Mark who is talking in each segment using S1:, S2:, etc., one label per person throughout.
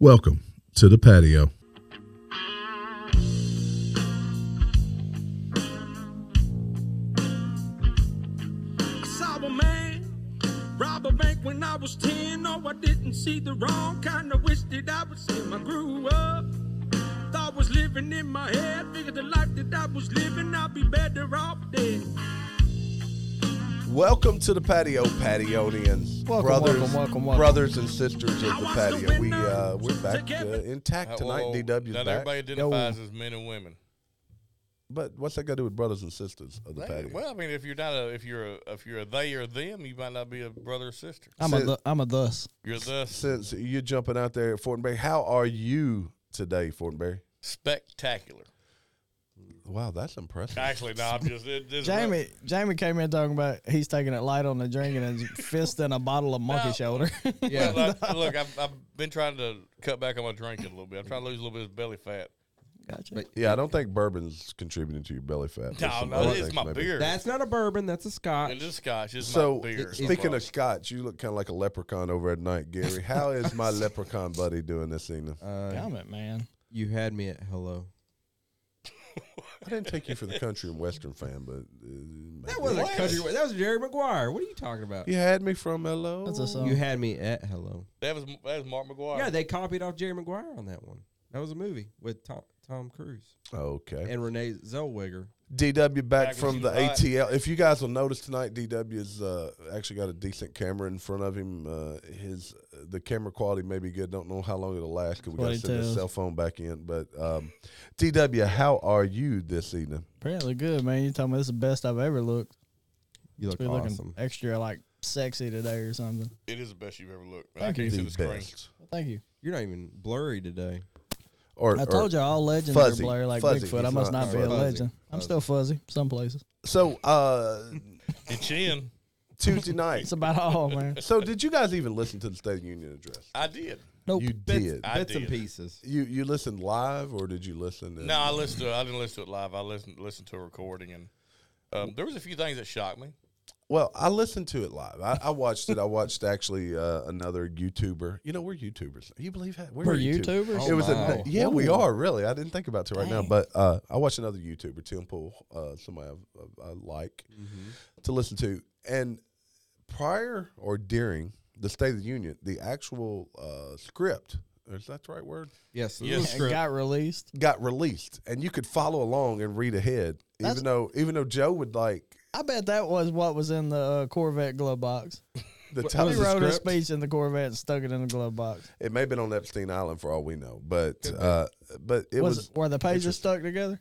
S1: Welcome to the patio.
S2: I saw a man rob a bank when I was 10. No, I didn't see the wrong kind. I wish that I was him. I grew up. Thought was living in my head. Figured the life that I was living, I'd be better off dead.
S3: Welcome to the patio, pationians,
S4: Welcome,
S3: brothers,
S4: welcome, welcome, welcome.
S3: brothers and sisters of the
S2: I watched the
S3: patio. We
S2: windows
S3: uh, we're back uh,
S2: together.
S3: intact tonight.
S5: Whoa, whoa.
S3: DW's
S5: Not
S3: back,
S5: everybody identifies as men and women.
S3: but what's that got to do with brothers and sisters of the
S5: They-
S3: patio?
S5: well, I mean, if you're not a if you're a if you're a they or them, you might not be a brother or sister.
S4: I'm a
S3: Said-
S4: th- I'm a thus.
S5: You're thus
S3: Since you're jumping out there at Fortenberry, how are you today, Fortenberry?
S5: spectacular.
S3: Wow, that's impressive.
S5: Actually, no, I'm just it, this
S4: Jamie Jamie came in talking about he's taking it light on the drink and his fist in a bottle of monkey
S5: No.
S4: shoulder.
S5: Yeah, like, look, I've, I've been trying to cut back on my drinking a little bit. I'm trying to lose a little bit of belly fat.
S4: gotcha.
S3: Yeah, I don't think bourbon's contributing to your belly fat. There's
S5: No,
S3: some
S5: no,
S3: other
S5: it's
S3: things
S5: my
S3: maybe.
S5: beer.
S6: That's not a bourbon. That's a scotch.
S5: it is scotch. It's
S3: So,
S5: my beer.
S3: speaking of scotch, you look kind of like a leprechaun over at night, Gary. How is my leprechaun buddy doing this evening?
S6: Uh,
S4: Comment, man.
S6: you had me at hello.
S3: I didn't take you for the country and western fan, but uh,
S6: That wasn't
S5: What?
S6: country. That was Jerry Maguire. What are you talking about?
S3: You had me from hello.
S4: That's a song.
S6: You had me at hello.
S5: that was that was Mark McGuire.
S6: Yeah, they copied off Jerry Maguire on that one. That was a movie with Tom, Tom Cruise
S3: Okay.
S6: and Renee Zellweger.
S3: DW back
S5: Back
S3: from
S5: in
S3: the
S5: the spot.
S3: ATL. If you guys will notice tonight, DW has uh, actually got a decent camera in front of him. Uh, his the camera quality may be good. Don't know how long it'll last because we got to send his
S4: 22.
S3: cell phone back in. But um, DW, how are you this evening?
S4: Apparently good, man. You told me this is the best I've ever looked.
S6: You look
S4: We're
S6: awesome.
S4: looking extra like sexy today or something.
S5: it is the best you've ever looked. I
S4: Thank
S5: can't
S4: you.
S5: see
S3: The
S5: the screen.
S3: best.
S4: Thank you.
S6: You're not even blurry today.
S3: Or,
S4: I
S3: or-
S4: told you all legends
S3: fuzzy.
S4: are blurry like
S3: Fuzzy.
S4: Bigfoot. I
S3: He's
S4: must
S3: not
S4: not, be a
S6: fuzzy.
S4: legend. I'm still fuzzy some places.
S3: So uh,
S5: Your chin.
S3: Tuesday night.
S4: It's about all, man.
S3: So did you guys even listen to the State of the Union address?
S5: I did.
S4: Nope.
S3: You did.
S5: I
S6: Bits and
S5: did.
S6: pieces.
S3: You you listened live or did you listen? in-
S5: No, I listened to. it. I didn't listen to it live. I listened listened to a recording, and um, there was a few things that shocked me.
S3: Well, I listened to it live. I, I watched it. I watched actually uh, another YouTuber. You know, we're YouTubers. Can You believe that?
S4: We're
S3: YouTube-
S4: YouTubers? Oh,
S3: it was a
S6: wow.
S3: yeah, we are really. I didn't think about it till right now, but uh, I watched another YouTuber, Tim Pool, uh, somebody I, I, I like
S4: Mm-hmm.
S3: to listen to. And prior or during the State of the Union, the actual uh, script is that the right word
S6: Yes.
S5: Yes.
S6: yes.
S4: It got released.
S3: got released, and you could follow along and read ahead,
S4: That's-
S3: even though even though Joe would like
S4: I bet that was what was in the uh, Corvette glove box.
S3: the
S4: He
S3: top.
S4: wrote a speech in the Corvette and stuck it in the glove box.
S3: It may have been on Epstein Island for all we know, but uh, but it
S4: was,
S3: was,
S4: it- were the pages stuck together?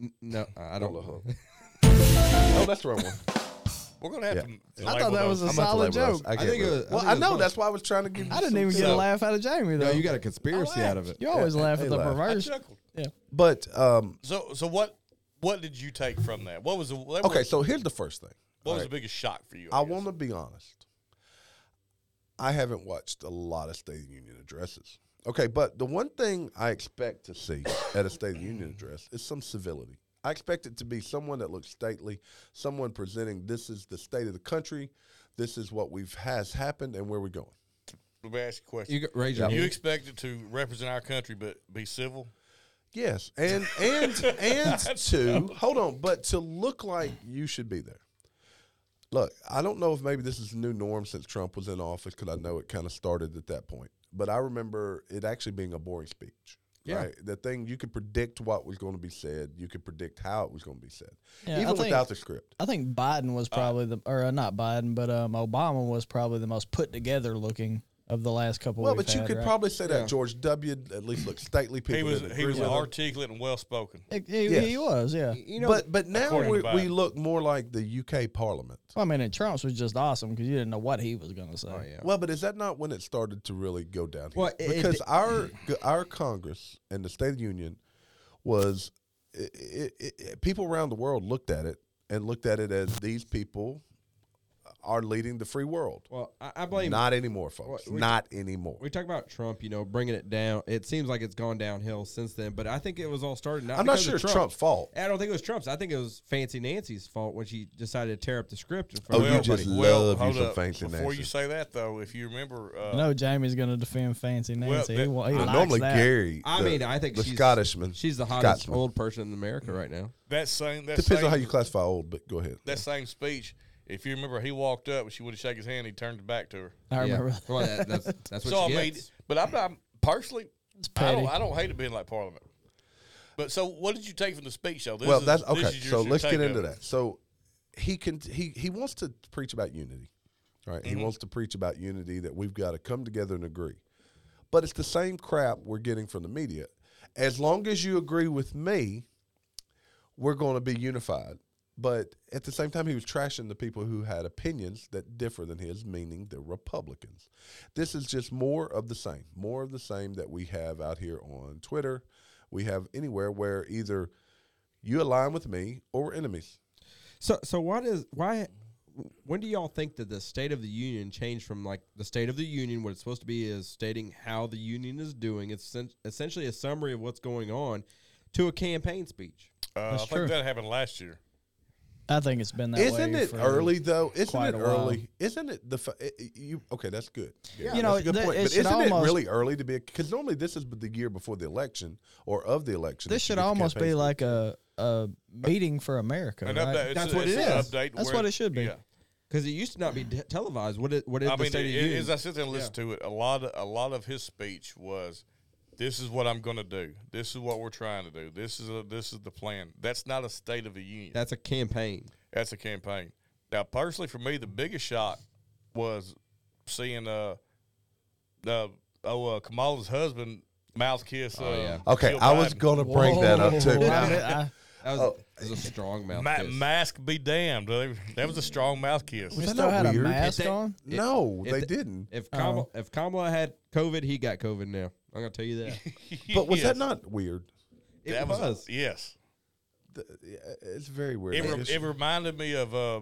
S6: N- No, I don't. know.
S3: oh, that's the wrong one.
S5: We're gonna have
S3: Yeah.
S5: to.
S4: I thought that was a
S3: I'm about to
S4: solid
S3: label
S4: joke.
S3: us. I,
S6: think it was- I
S3: well,
S6: think
S3: I
S6: it was
S3: know
S6: funny.
S3: that's why I was trying to give. you
S4: I didn't
S3: some-
S4: even get a
S5: So-
S4: laugh out of Jamie though.
S6: No, you got a
S4: I
S6: conspiracy out of
S4: laughed.
S6: it.
S4: You always
S3: Yeah,
S4: laugh
S3: they
S4: at the
S3: laugh.
S5: I
S4: reverse.
S5: chuckled.
S3: But um,
S5: So, so what? What did you take from that? What was the what
S3: okay,
S5: Was,
S3: so here's the first thing.
S5: what was
S3: all
S5: the biggest shock for you?
S3: I want to be honest. I haven't watched a lot of State of the Union addresses. Okay, but the one thing I expect to see at a State of the Union address is some civility. I expect it to be someone that looks stately, someone presenting this is the state of the country, this is what we've has happened, and where we're going.
S5: Let me ask you a question.
S6: You
S5: You,
S6: got, raise your hand.
S5: expected to represent our country, but be civil.
S3: Yes, and and and to hold on, but to look like you should be there. Look, I don't know if maybe this is the new norm since Trump was in office because I know it kind of started at that point. But I remember it actually being a boring speech.
S6: Yeah.
S3: Right? The thing you could predict what was going to be said, you could predict how it was going to be said,
S4: Yeah, I
S3: even
S4: think-
S3: without the script.
S4: I think Biden was probably the, or uh, not Biden, but um, Obama was probably the most put together looking of the last couple.
S3: Well,
S4: we've
S3: but you
S4: had,
S3: could
S4: right?
S3: probably say that George W. at least looked stately. People
S5: He was
S3: didn't
S5: he
S3: agree
S5: was
S3: with him.
S5: articulate and well spoken.
S4: It- it-
S3: Yes.
S4: He was, yeah.
S6: You know,
S3: but but now
S5: according
S3: we,
S5: to Biden.
S3: we look more like the UK Parliament.
S4: Well, I mean, and Trump's was just awesome because you didn't know what he was going to say.
S6: oh, yeah.
S3: Well, but is that not when it started to really go down here?
S6: Well, it-
S3: because
S6: it-
S3: our our Congress and the State of the Union was it, it, it, people around the world looked at it and looked at it as these people are leading the free world.
S6: Well, I, I blame.
S3: Not anymore, folks.
S6: Well, we-
S3: Not anymore.
S6: we talk about Trump, you know, bringing it down. It seems like it's gone downhill since then, but I think it was all started. Not
S3: I'm not
S6: because of
S3: sure it's
S6: Trump.
S3: Trump's fault.
S6: I don't think it was Trump's. I think it was Fancy Nancy's fault when she decided to tear up the script. In
S3: Oh,
S6: front of
S3: you
S6: everybody.
S3: just love you
S5: hold
S3: some
S5: up.
S3: fancy
S5: Before
S3: Nancy.
S5: you say that, though, if you remember, uh,
S4: I know Jamie's going to defend Fancy Nancy.
S5: that-
S4: he, wa- he
S5: I
S4: likes
S3: Normally,
S4: that.
S3: Gary.
S6: I
S3: the-
S6: mean, I think
S3: the
S6: she's,
S3: Scottishman.
S6: She's the hottest
S3: Scotsman.
S6: old person in America right now.
S5: that same that
S3: Depends
S5: same,
S3: on how you classify old, but go ahead.
S5: that same speech. If you remember, he walked up and she would have shaken his hand. He turned it back to her.
S4: I remember
S6: Yeah. Well, that, that's, that's what
S5: so I
S6: she
S5: mean,
S6: gets.
S5: but I'm not personally. I don't,
S4: petty.
S5: I don't hate it being like Parliament. But so, what did you take from the speech? Though, this
S3: well,
S5: is-
S3: that's
S5: this
S3: okay.
S5: is your-
S3: So
S5: your
S3: let's
S5: take
S3: get into
S5: of it.
S3: that. So he can he he wants to preach about unity, right?
S5: Mm-hmm.
S3: He wants to preach about unity that we've got to come together and agree. But it's the same crap we're getting from the media. As long as you agree with me, we're going to be unified. But at the same time, he was trashing the people who had opinions that differ than his, meaning the Republicans. This is just more of the same, more of the same that we have out here on Twitter. We have anywhere where either you align with me or we're enemies.
S6: So, so what is why? When do y'all think that the State of the Union changed from like the State of the Union? What it's supposed to be is stating how the union is doing. It's sen- essentially a summary of what's going on to a campaign speech.
S5: Uh, I
S4: That's
S5: think
S4: true.
S5: that happened last year.
S4: I think it's been that way.
S3: Isn't it
S4: for-
S3: early though? Isn't
S4: quite
S3: it
S4: a while.
S3: early? Isn't it the fa- i- i- you? Okay, that's good. Yeah,
S4: You know,
S3: that's a good
S4: th-
S3: point.
S4: it
S3: But
S4: should
S3: isn't it
S4: almost-
S3: really early to be? Because normally this is the year before the election or of the election.
S4: This
S3: that you
S4: should
S3: get the
S4: almost be
S3: campaign
S4: like a, a meeting for America.
S5: An
S4: right?
S5: update. it's-
S6: That's what
S5: it's
S6: it
S5: an
S6: is.
S5: Update
S4: That's
S5: where-
S4: what it should be.
S5: Yeah.
S6: Because it used to not be t- televised. What it, what is
S5: I
S6: the
S5: mean,
S6: State of
S5: it-
S6: the Union?
S5: as I sit there and listen to it, a lot of a lot of his speech was, "This is what I'm going to do. This is what we're trying to do. This is a, this is the plan." That's not a State of the Union.
S6: That's a campaign.
S5: That's a campaign. Now, personally, for me, the biggest shock was seeing uh, uh oh uh, Kamala's husband mouth kiss.
S6: Oh,
S5: Uh,
S3: speech. Okay,
S5: Jill
S3: I was
S5: Biden.
S3: gonna bring that up too.
S4: Whoa. I-
S6: That was, that was a strong mouth.
S5: Ma-
S6: kiss.
S5: mask be damned. Uh, That was a strong mouth kiss.
S4: we
S3: that
S4: still had
S3: weird?
S4: a mask
S6: If they-
S4: on.
S3: no,
S6: if
S3: they
S6: the-
S3: didn't.
S6: If Kamala, if Kamala had COVID, he got COVID now. I'm gonna tell you that.
S3: But was that
S5: Yes.
S3: not weird?
S6: It
S5: That
S6: was.
S5: yes.
S3: Th- yeah, It's very weird.
S5: It, re-
S3: It's-
S5: it reminded me of uh,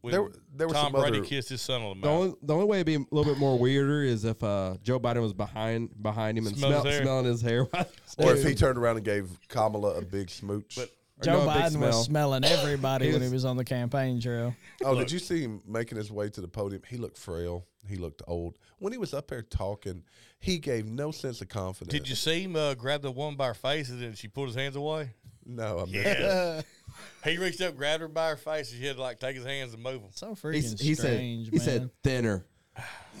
S5: when
S3: There were- there were
S5: Tom
S3: some
S5: Brady
S3: other-
S5: kissed his son on the
S6: The
S5: mouth.
S6: only, the only way it'd be a little bit more weirder is if uh, Joe Biden was behind behind him and
S5: Smell his
S6: smell,
S5: hair.
S6: smelling his hair.
S3: or if he turned around and gave Kamala a big smooch.
S5: But-
S4: Joe
S6: no, a big
S4: Biden
S6: smell.
S4: was smelling everybody when he
S6: was-
S4: was on the campaign trail.
S3: oh, did you see him making his way to the podium? He looked frail. He looked old. When he was up there talking, he gave no sense of confidence.
S5: Did you see him uh, grab the woman by her face and then she pulled his hands away?
S3: No, I missed that.
S5: Yeah. he reached up, grabbed her by her face, and she had to like take his hands and move them.
S4: So
S6: he,
S4: freaking
S6: he said
S4: strange,
S6: he
S4: man.
S6: said thinner.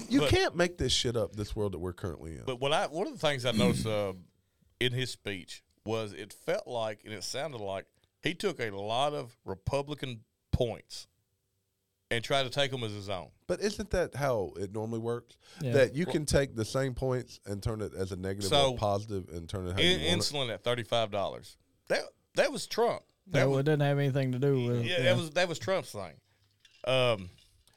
S3: You can't make this shit up. This world that we're currently in.
S5: But what I one of the things I noticed uh, in his speech was it felt like and it sounded like he took a lot of Republican points and tried to take them as his own.
S3: But isn't that how it normally works?
S4: Yeah.
S3: That you can take the same points and turn it as a negative
S5: So,
S3: or positive and turn it how
S5: In,
S3: you want it.
S5: insulin at thirty five dollars. That that was Trump. That
S4: No,
S5: was
S4: it didn't have anything to do with.
S5: yeah, that was that was Trump's thing. Um,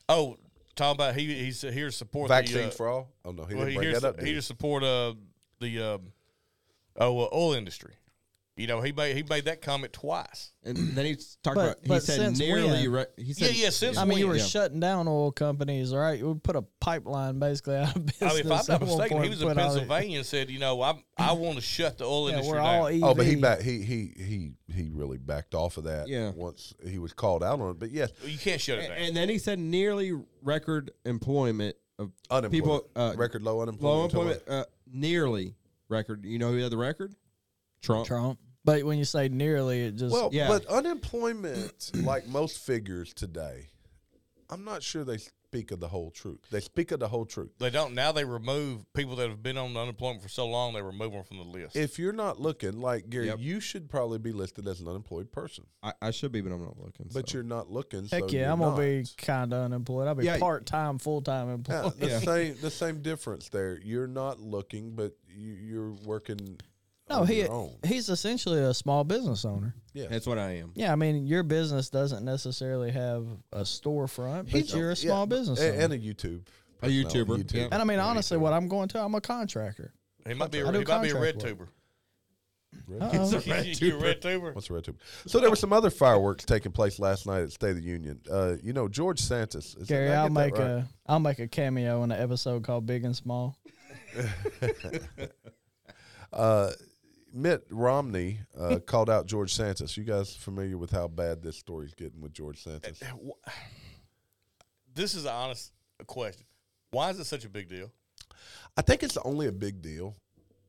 S5: oh, talking about he he's here to support the, uh,
S3: Vaccines for all? Oh no, he
S5: Well,
S3: didn't
S5: he
S3: bring
S5: hears,
S3: that up. did
S5: he
S3: he?
S5: to support uh the um, oh uh, oil industry. You know, he made he made that comment twice.
S6: And then he
S4: But-
S6: talked about he
S4: but
S6: said
S4: since
S6: nearly.
S4: when?
S6: Re- he
S5: Yeah,
S6: said
S5: yeah. Since
S4: I mean, you
S5: when?
S4: were
S6: Yeah.
S4: shutting down oil companies, right? We put a pipeline basically out of business.
S5: I mean, if I'm
S4: at
S5: not
S4: one
S5: mistaken, he
S4: point,
S5: was in
S4: put all the-
S5: Pennsylvania and said, you know, I I want to shut the oil
S4: Yeah,
S5: industry
S4: we're
S5: down.
S4: all e- EV.
S3: Oh, but he back, he he he he really backed off of that.
S6: Yeah.
S3: Once he was called out on it, but yes,
S5: you can't shut it
S6: And,
S5: down.
S6: and then he said nearly record employment of
S3: unemployment,
S6: people uh,
S3: record low unemployment,
S6: low employment uh, nearly record. You know who had the record? Trump.
S4: Trump. But when you say nearly, it just
S3: Well,
S6: Yeah.
S3: but unemployment, like most figures today, I'm not sure they speak of the whole truth. They speak of the whole truth.
S5: They don't now. They remove people that have been on unemployment for so long. They remove them from the list.
S3: If you're not looking, like Gary,
S6: Yep.
S3: you should probably be listed as an unemployed person.
S6: I, I should be, but I'm not looking.
S3: But
S6: so.
S3: you're not looking.
S4: heck
S3: so
S4: yeah,
S3: you're
S4: I'm gonna be
S3: not.
S4: kind of unemployed. I'll be
S6: Yeah.
S4: part time, full time
S3: Yeah,
S4: employed.
S3: the same the same difference there. You're not looking, but you, you're working.
S4: No,
S3: on
S4: he
S3: your own.
S4: he's essentially a small business owner.
S3: Yeah,
S6: that's what I am.
S4: Yeah, I mean, your business doesn't necessarily have a storefront, but
S3: He's-
S4: you're a
S3: yeah,
S4: small
S3: but-
S4: business owner.
S3: and, and a YouTube,
S6: A YouTuber.
S3: YouTube.
S6: Yeah.
S4: And I mean, honestly, what I'm going to, I'm a contractor.
S5: he might be a,
S4: I do
S5: he might be a red
S4: contract
S5: tuber.
S4: work.
S3: Red
S4: Uh-oh.
S3: tube.
S4: It's a
S5: you a red tuber?
S3: What's a red tube? So there were some other fireworks taking place last night at State of the Union. Uh, you know, George Santos. Is
S4: Gary,
S3: did I
S4: I'll
S3: get that
S4: make
S3: right?
S4: a I'll make a cameo in an episode called Big and Small.
S3: Uh, Mitt Romney uh, called out George Santos. You guys familiar with how bad this story's getting with George Santos?
S5: This is an honest question. Why is it such a big deal?
S3: I think it's only a big deal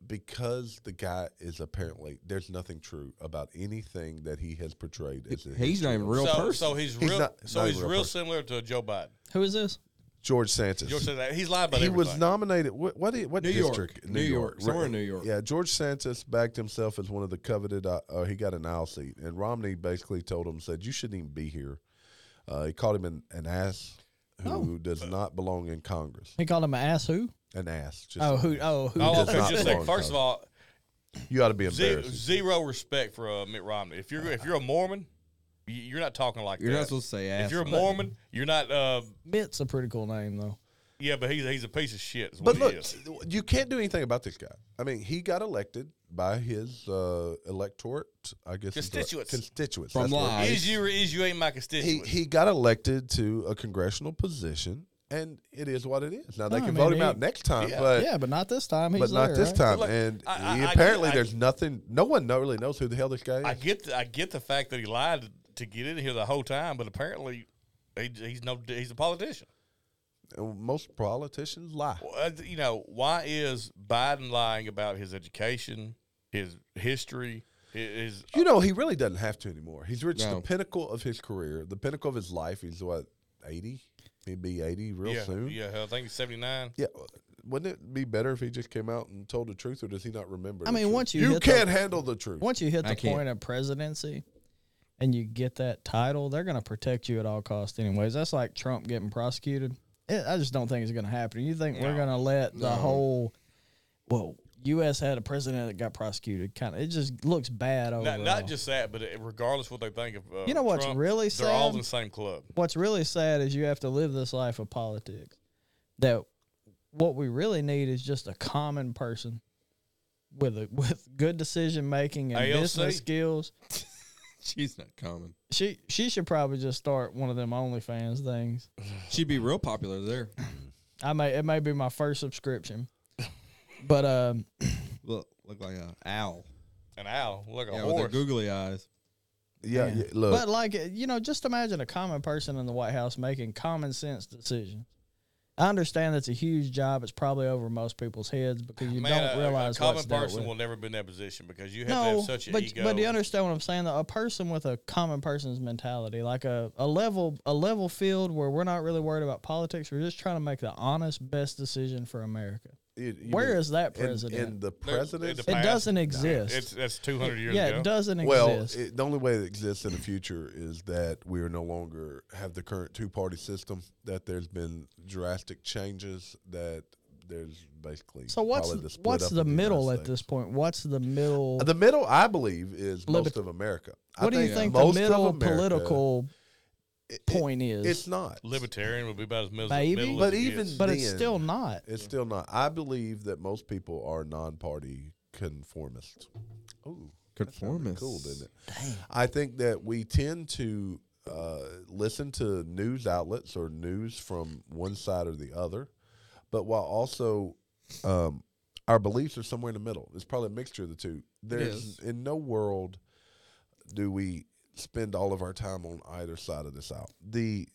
S3: because the guy is apparently there's nothing true about anything that he has portrayed as a
S6: He's not even a real
S5: so,
S6: person.
S5: so he's
S3: He's
S5: real.
S3: not-
S5: so
S3: not a
S5: he's
S3: real
S5: real,
S3: person.
S5: similar to Joe Biden.
S4: Who is this?
S3: George Santos.
S5: Joe said that he's lied about
S3: he
S5: everything.
S3: was nominated. What? What? i- what
S6: New York.
S3: district?
S6: New York. Somewhere in New York.
S3: Yeah, George Santos backed himself as one of the coveted. Uh, uh, he got an aisle seat, and Romney basically told him, said, "You shouldn't even be here." Uh, he called him an, an ass who
S6: Oh.
S3: does not belong in Congress.
S4: He called him an ass who?
S3: An ass. Just
S4: Oh,
S3: an
S4: who?
S3: ass.
S4: Oh, who?
S5: Oh, I
S3: does
S5: was
S3: not
S5: just
S3: belong
S5: saying.
S3: in
S5: First of
S3: Congress.
S5: all,
S3: you ought to be
S5: zero,
S3: embarrassed.
S5: zero respect for uh, Mitt Romney. If you're if you're a Mormon, y- you're not talking like
S6: You're
S5: that.
S6: not supposed to say ass.
S5: if you're a Mormon, you're not. Uh,
S4: Mitt's a pretty cool name though.
S5: yeah, but he's he's a piece of shit. Is what
S3: But
S5: he
S3: look,
S5: is.
S3: you can't do anything about this guy. I mean, he got elected by his uh, electorate, I guess. is the-
S5: Constituents.
S3: Constituents.
S6: From
S3: that's what-
S6: lies.
S5: is you or is you ain't my
S3: He,
S5: constituent.
S3: he got elected to a congressional position, and it is what it is. Now, they
S4: No, I
S3: can
S4: mean,
S3: vote him
S4: he-
S3: out next time,
S5: Yeah.
S3: but,
S4: Yeah, but not this time. He's
S3: but not
S4: there,
S3: this
S4: right?
S3: time.
S5: Look,
S3: and
S5: I-
S3: he-
S5: I- I-
S3: apparently,
S5: I-
S3: there's nothing, no one know, really knows who the hell this guy is.
S5: I get the, I get the fact that he lied to get in here the whole time, but apparently he, he's no he's a politician.
S3: And Most politicians lie.
S5: Well, uh, you know why is Biden lying about his education, his history, hi- his,
S3: You know, he really doesn't have to anymore. He's reached the
S6: No.
S3: pinnacle of his career, the pinnacle of his life. He's what, 80? He'd be 80 real
S5: yeah,
S3: soon.
S5: yeah, I think he's seventy nine.
S3: Yeah, uh, wouldn't it be better if he just came out and told the truth, or does he not remember?
S4: I
S3: the
S4: mean,
S3: truth?
S4: once you hit the-
S3: can't handle the truth.
S4: Once you hit
S6: I
S4: the
S6: can't.
S4: point of presidency and you get that title, they're going to protect you at all costs, anyways. That's like Trump getting prosecuted. It, I just don't think it's going to happen. You think we're going to let the whole, well, U.S. had a president that got prosecuted. Kind of, it just looks bad overall.
S5: Not, not just that, but it- regardless what they think of, uh,
S4: Oh, You know what's
S5: Trump,
S4: really
S5: they're all
S4: sad?
S5: in the same club.
S4: What's really sad is you have to live this life of politics. That what we really need is just a common person with a with good decision making and
S5: ALC.
S4: business skills.
S6: she's not common.
S4: She she should probably just start one of them OnlyFans things.
S6: She'd be real popular there.
S4: I may it may be my first subscription, but um,
S6: Look, look like a owl.
S5: An owl, look a
S6: Yeah, with her
S5: horse.
S6: googly eyes.
S3: yeah,
S4: yeah.
S3: yeah, look,
S4: but like you know, just imagine a common person in the White House making common sense decisions. I understand that's a huge job. It's probably over most people's heads because you
S5: Man, a-
S4: don't
S5: a-
S4: realize
S5: a
S4: what's
S5: common
S4: dealt
S5: person
S4: with.
S5: will never be in that position because you have to
S4: no,
S5: have such an
S4: but
S5: ego.
S4: but do you understand what I'm saying? Though a person with a common person's mentality, like a, a level a level field where we're not really worried about politics, we're just trying to make the honest best decision for America.
S3: you- you
S4: Where
S3: mean
S4: is that
S3: in-
S4: president?
S3: in, the
S5: They're-
S3: president?
S5: they're the
S4: It
S5: past.
S4: doesn't exist.
S5: It's that's two hundred years
S4: yeah,
S5: ago.
S4: it doesn't
S3: Well,
S4: exist.
S3: it, the only way it exists in the future is that we are no longer have the current two party system. That there's been drastic changes. That there's basically
S4: so what's
S3: probably the split
S4: what's
S3: up
S4: the
S3: of United
S4: middle at
S3: States.
S4: this point? What's the middle?
S3: The middle, I believe, is most
S4: Libert-
S3: of America. I
S4: what do you think the
S3: most of
S4: middle
S3: America-
S4: political point is?
S3: It's not
S5: Libertarian would be about as middle.
S4: Maybe.
S5: middle
S3: But
S5: as it
S3: even
S5: gets.
S4: but it's
S3: then-
S4: still not.
S3: It's still not. I believe that most people are non-party conformist. Oh,
S6: Conformist.
S3: cool, didn't it? I think that we tend to uh, listen to news outlets or news from one side or the other, but while also um, our beliefs are somewhere in the middle. It's probably a mixture of the two. There's
S6: is.
S3: in no world do we spend all of our time on either side of this out. The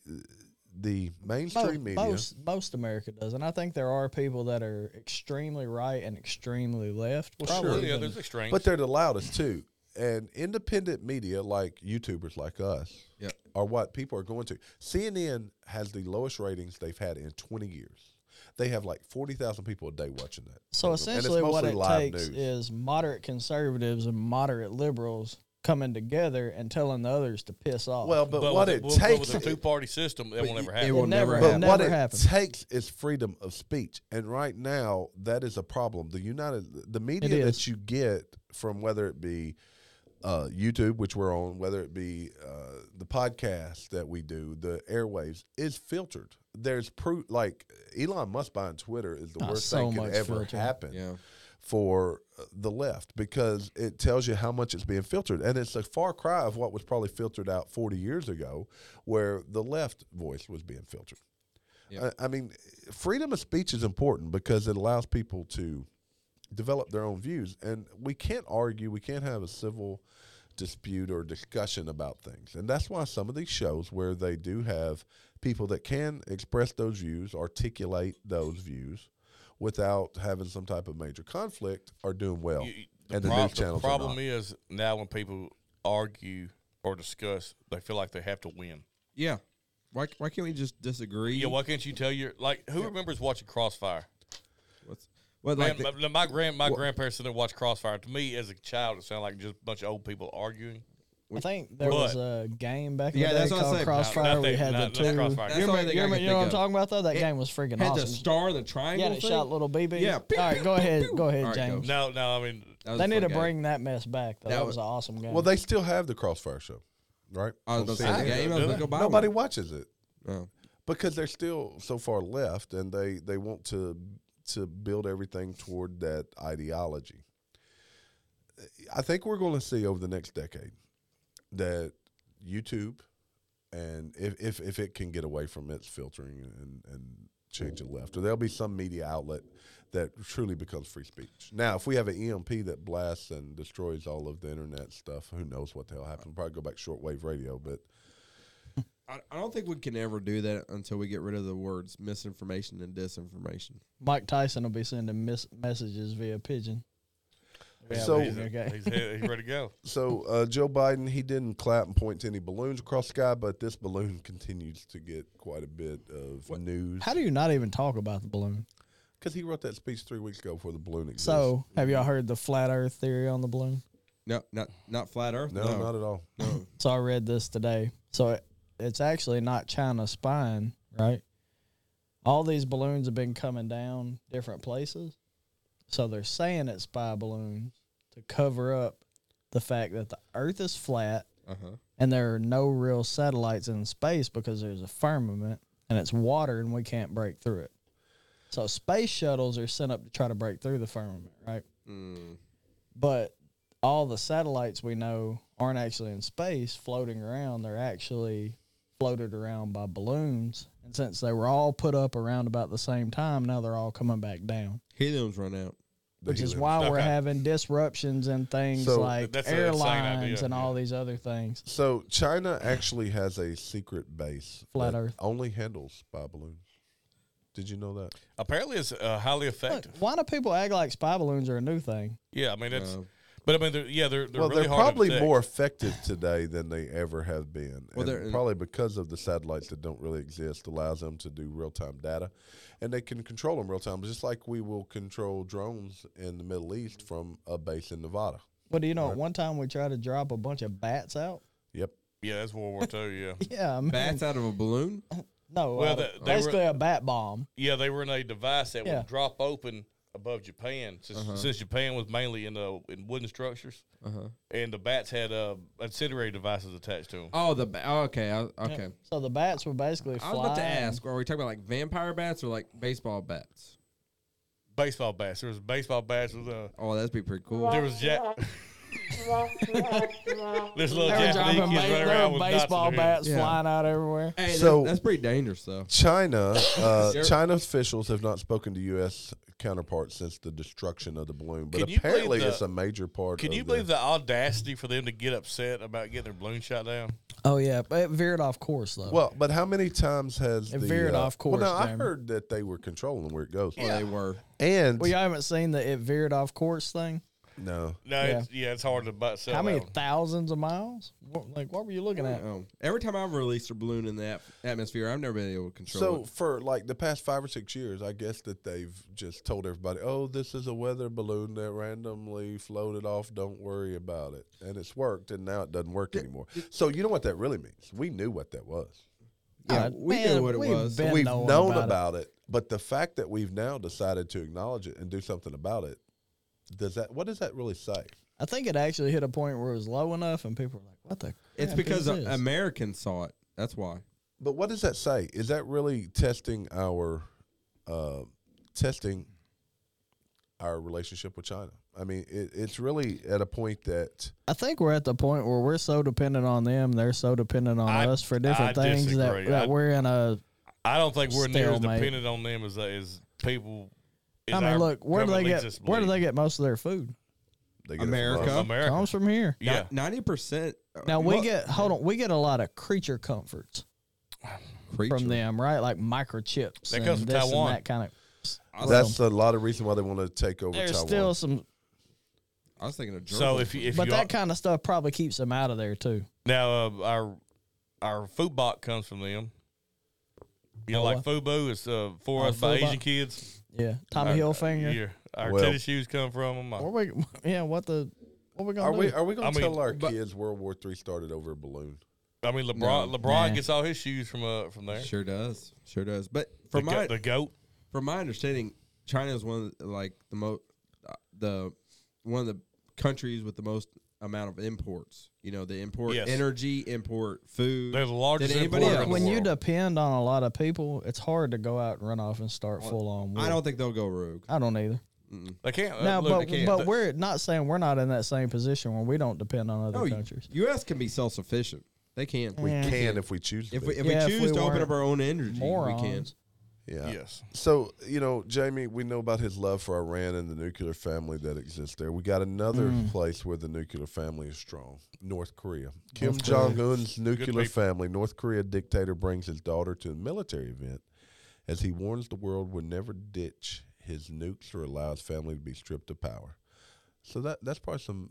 S3: the mainstream
S4: Mo-
S3: media.
S4: Most most America does, and I think there are people that are extremely right and extremely left. probably
S3: sure.
S5: yeah,
S4: even-
S5: there's extremes.
S3: But they're the loudest too. And independent media, like YouTubers like us,
S6: Yep.
S3: are what people are going to. CNN has the lowest ratings they've had in 20 years. They have like 40,000 people a day watching that.
S4: so
S3: And it's
S4: essentially, what
S3: mostly
S4: it
S3: live
S4: takes is moderate conservatives and moderate liberals coming together and telling the others to piss off.
S3: well, but,
S5: But
S3: what
S5: with
S3: it
S5: the- with-
S3: takes,
S5: with a two party system, that won't ever happen.
S6: It will never
S4: never
S6: happen.
S3: but
S4: happen.
S3: what
S4: never
S3: it
S4: happened.
S3: takes is freedom of speech. And right now, that is a problem. The United, the media that
S4: is.
S3: you get from whether it be uh, YouTube, which we're on, whether it be uh, the podcast that we do, the airwaves is filtered. There's proof, like Elon Musk buying Twitter is the
S4: Oh,
S3: worst
S4: so
S3: thing
S4: much
S3: can ever
S4: filtering.
S3: happen
S6: Yeah.
S3: for uh, the left because it tells you how much it's being filtered. And it's a far cry of what was probably filtered out 40 years ago, where the left voice was being filtered.
S6: Yeah.
S3: I, I mean, freedom of speech is important because it allows people to develop their own views. And we can't argue, we can't have a civil dispute or discussion about things. And that's why some of these shows where they do have people that can express those views, articulate those views without having some type of major conflict are doing well.
S5: You- you-
S3: and the
S5: prob-
S3: news channels are
S5: problem
S3: not.
S5: is now when people argue or discuss, they feel like they have to win.
S6: Yeah. Why, why can't we just disagree?
S5: Yeah, why can't you tell your like who remembers watching Crossfire?
S6: What's, well,
S5: Man,
S6: like the-
S5: my, my grand my grandparents sitting there watch Crossfire. To me, as a child, it sounded like just a bunch of old people arguing.
S4: I think there
S5: But-
S4: was a game back in
S6: Yeah,
S4: the
S6: that's
S4: day
S6: what I
S4: called
S6: said.
S4: Crossfire.
S5: Not
S4: we
S5: that-
S4: had
S5: not-
S4: the
S5: not
S6: two-
S5: Crossfire.
S6: That's
S4: You
S6: the only
S4: remember,
S6: thing
S4: you
S6: I
S4: remember-
S6: can
S4: you know what I'm
S6: think of.
S4: talking about though? That
S6: It
S4: game was freaking
S6: had the
S4: awesome.
S6: star and the triangle.
S4: Yeah, they
S6: thing.
S4: shot little BBs.
S6: Yeah, pew,
S4: All right,
S6: pew,
S4: go
S6: pew,
S4: ahead,
S6: pew.
S4: go ahead,
S6: All right,
S4: James.
S6: go.
S5: No, no, I mean
S6: That was
S4: They
S6: a
S4: need
S6: fun
S4: to
S6: game.
S4: bring that mess back. Though.
S6: That
S4: That was
S6: was-
S4: an awesome game.
S3: Well, they still have the Crossfire show, right?
S6: I was
S3: On
S6: about to say
S3: CNN.
S6: the game. I was
S5: Do
S6: gonna
S5: they?
S6: go buy
S3: Nobody
S6: one.
S3: watches it
S6: No.
S3: because they're still so far left, and they they want to to build everything toward that ideology. I think we're going to see over the next decade that YouTube and if if, if it can get away from its filtering and and change it left, or there'll be some media outlet that truly becomes free speech. Now, if we have an EMP that blasts and destroys all of the internet stuff, who knows what the hell happened? Probably go back to shortwave radio, but
S6: I, I don't think we can ever do that until we get rid of the words misinformation and disinformation.
S4: Mike Tyson will be sending mis- messages via pigeon. Yeah,
S3: So-
S4: he's okay.
S5: he's, he's ready to go.
S3: So uh, Joe Biden, he didn't clap and point to any balloons across the sky, but this balloon continues to get quite a bit of news
S4: How do you not even talk about the balloon?
S3: because he wrote that speech three weeks ago before the balloon existed.
S4: So, have y'all heard the flat Earth theory on the balloon?
S6: No, not not flat Earth.
S3: no, not at all.
S4: So I read this today. So it, it's actually not China spying, right? All these balloons have been coming down different places. So they're saying it's spy balloons to cover up the fact that the earth is flat
S6: Uh huh.
S4: and there are no real satellites in space because there's a firmament and it's water and we can't break through it. So space shuttles are sent up to try to break through the firmament, right? But all the satellites we know aren't actually in space floating around. They're actually floated around by balloons. And since they were all put up around about the same time, now they're all coming back down.
S6: Helium's run out.
S3: The
S4: Which is
S3: helium.
S4: why we're
S5: Okay.
S4: having disruptions and things
S3: So-
S4: like
S5: That's an insane
S4: airlines
S5: idea,
S4: and all
S5: yeah.
S4: these other things.
S3: So China actually has a secret base
S4: Flat
S3: that
S4: Earth.
S3: only handles spy balloons. Did you know that?
S5: Apparently, it's uh, highly
S4: Look,
S5: effective.
S4: why do people act like spy balloons are a new thing?
S5: Yeah, I mean it's.
S6: No.
S5: But I mean, they're, yeah, they're, they're
S3: well,
S5: really
S3: they're
S5: hard to
S3: probably
S5: detect.
S3: more effective today than they ever have been.
S6: Well,
S3: and
S6: they're-
S3: probably because of the satellites that don't really exist allows them to do real time data, and they can control them real time, just like we will control drones in the Middle East from a base in Nevada.
S4: But do you know, at one time we tried to drop a bunch of bats out.
S3: Yep.
S5: Yeah, that's World War Two. Yeah,
S4: Yeah, I mean,
S6: Bats out of a balloon.
S4: No,
S5: Well,
S4: uh,
S5: they- they were-
S4: basically a bat bomb.
S5: yeah, they were in a device that
S4: Yeah.
S5: would drop open above Japan since, since Japan was mainly in uh, in wooden structures,
S6: Uh-huh.
S5: and the bats had uh, incendiary devices attached to them.
S6: Oh, the ba- oh, okay, I, okay.
S4: So the bats were basically.
S6: I was about to
S4: flying.
S6: ask: Are we talking about like vampire bats or like baseball bats?
S5: Baseball bats. There was baseball bats with uh,
S6: Oh, that'd be pretty cool.
S5: there was ja- this little
S4: They were
S5: Japanese
S4: dropping
S5: kid
S4: ba-
S5: running
S4: there
S5: around
S4: were
S5: with dots in
S4: baseball
S5: their
S4: bats
S6: Yeah.
S4: flying out everywhere.
S6: Hey,
S3: So-
S6: so that's pretty dangerous, though.
S3: China, uh,
S6: Sure.
S3: China officials have not spoken to U.S. counterparts since the destruction of the balloon, but
S5: Can you believe
S3: apparently
S5: the-
S3: it's a major part.
S5: Can
S3: of
S5: you
S3: the-
S5: believe the audacity for them to get upset about getting their balloon shot down?
S4: Oh yeah, but it veered off course though.
S3: Well, but how many times has
S4: It
S3: the,
S4: veered
S3: uh,
S4: off course,
S3: Well, now I
S4: Jamie.
S3: heard that they were controlling where it goes,
S6: Oh, they were.
S3: and
S4: well, y'all haven't seen the it veered off course thing.
S3: no,
S5: No, It's, yeah, it's hard to butt sell.
S4: How many
S5: that one.
S4: thousands of miles? What, like, what were you looking at?
S6: Oh. Every time I've released a balloon in the atm- atmosphere, I've never been able to control
S3: So
S6: it.
S3: for like the past five or six years, I guess that they've just told everybody, "Oh, this is a weather balloon that randomly floated off. Don't worry about it." And it's worked, and now it doesn't work anymore. So you know what that really means? We knew what that was.
S6: Yeah,
S4: Uh,
S6: we
S4: man,
S6: knew what it
S4: we've
S6: was.
S4: been-
S3: we've
S4: knowing
S3: known
S4: about it.
S3: about, it. but the fact that we've now decided to acknowledge it and do something about it does that? What does that really say?
S4: I think it actually hit a point where it was low enough, and people were like, "What the?"
S6: It's
S4: crap
S6: because
S4: is this?
S6: Americans saw it. That's why.
S3: But what does that say? Is that really testing our uh, testing our relationship with China. I mean, it, it's really at a point that
S4: I think we're at the point where we're so dependent on them, they're so dependent on
S5: I-
S4: us for different
S5: I
S4: things
S5: disagree.
S4: that, that
S5: I-
S4: we're in a.
S5: I don't think we're near as
S4: Stalemate.
S5: dependent on them as as people.
S4: I
S5: As
S4: mean,
S5: our
S4: look, where do they
S5: government leads
S4: get
S5: us to
S4: where do
S5: believe.
S4: they get most of their food?
S3: they get it from
S6: America.
S3: us.
S5: America?
S4: Comes from here.
S5: Yeah,
S6: ninety percent. uh,
S4: Now we get hold on, we get a lot of creature comforts from them, right? Like microchips.
S5: That
S4: and
S5: comes from
S4: this and
S5: Taiwan.
S4: That kind of.
S3: That's a lot of reason why they want to take over
S4: there's
S3: Taiwan.
S4: still some,
S6: I was thinking of gerbil.
S5: So if you, if
S4: but
S5: you
S4: that kind of stuff probably keeps them out of there too.
S5: now uh, our our food box comes from them. You know, like FUBU is uh, for
S4: Oh,
S5: us by
S4: Fubu.
S5: Asian kids.
S4: Yeah, Tommy
S5: Our-
S4: Hilfiger.
S5: Uh, Yeah, our
S3: Well-
S5: tennis shoes come from them.
S4: What we? Yeah, what the? What we gonna
S3: are
S4: do?
S3: we are we gonna
S5: I mean,
S3: tell our
S5: but-
S3: kids World War Three started over a balloon?
S5: I mean, LeBron
S6: No.
S5: LeBron
S4: Nah.
S5: gets all his shoes from uh from there.
S6: sure does, sure does. But
S5: The,
S6: from
S5: go-
S6: my
S5: the goat.
S6: from my understanding, China is one of the, like the most the one of the countries with the most amount of imports. You know, they import
S5: Yes.
S6: energy, import food.
S5: They're the largest
S6: Did anybody
S5: importer
S6: else-
S5: in the
S4: when you
S5: world.
S4: depend on a lot of people, it's hard to go out and run off and start full on.
S6: I don't think they'll go rogue.
S4: I don't either.
S5: They can't.
S4: Now,
S5: uh, look,
S4: but but we're not saying we're not in that same position when we don't depend on other
S6: No,
S4: countries.
S6: U.S. Oh, can be self sufficient. They can.
S3: We
S4: Yeah.
S3: can if we choose.
S6: if
S3: to.
S6: we if
S4: Yeah, if
S6: we choose
S4: we
S6: to open
S4: weren't
S6: up our own energy, we can.
S4: Morons.
S3: yeah.
S5: yes.
S3: So you know, Jamie, we know about his love for Iran and the nuclear family that exists there. We got another place where the nuclear family is strong: North Korea. Kim Jong Un's nuclear
S5: people.
S3: family. North Korea dictator brings his daughter to a military event as he warns the world would never ditch his nukes or allow his family to be stripped of power. So that that's probably some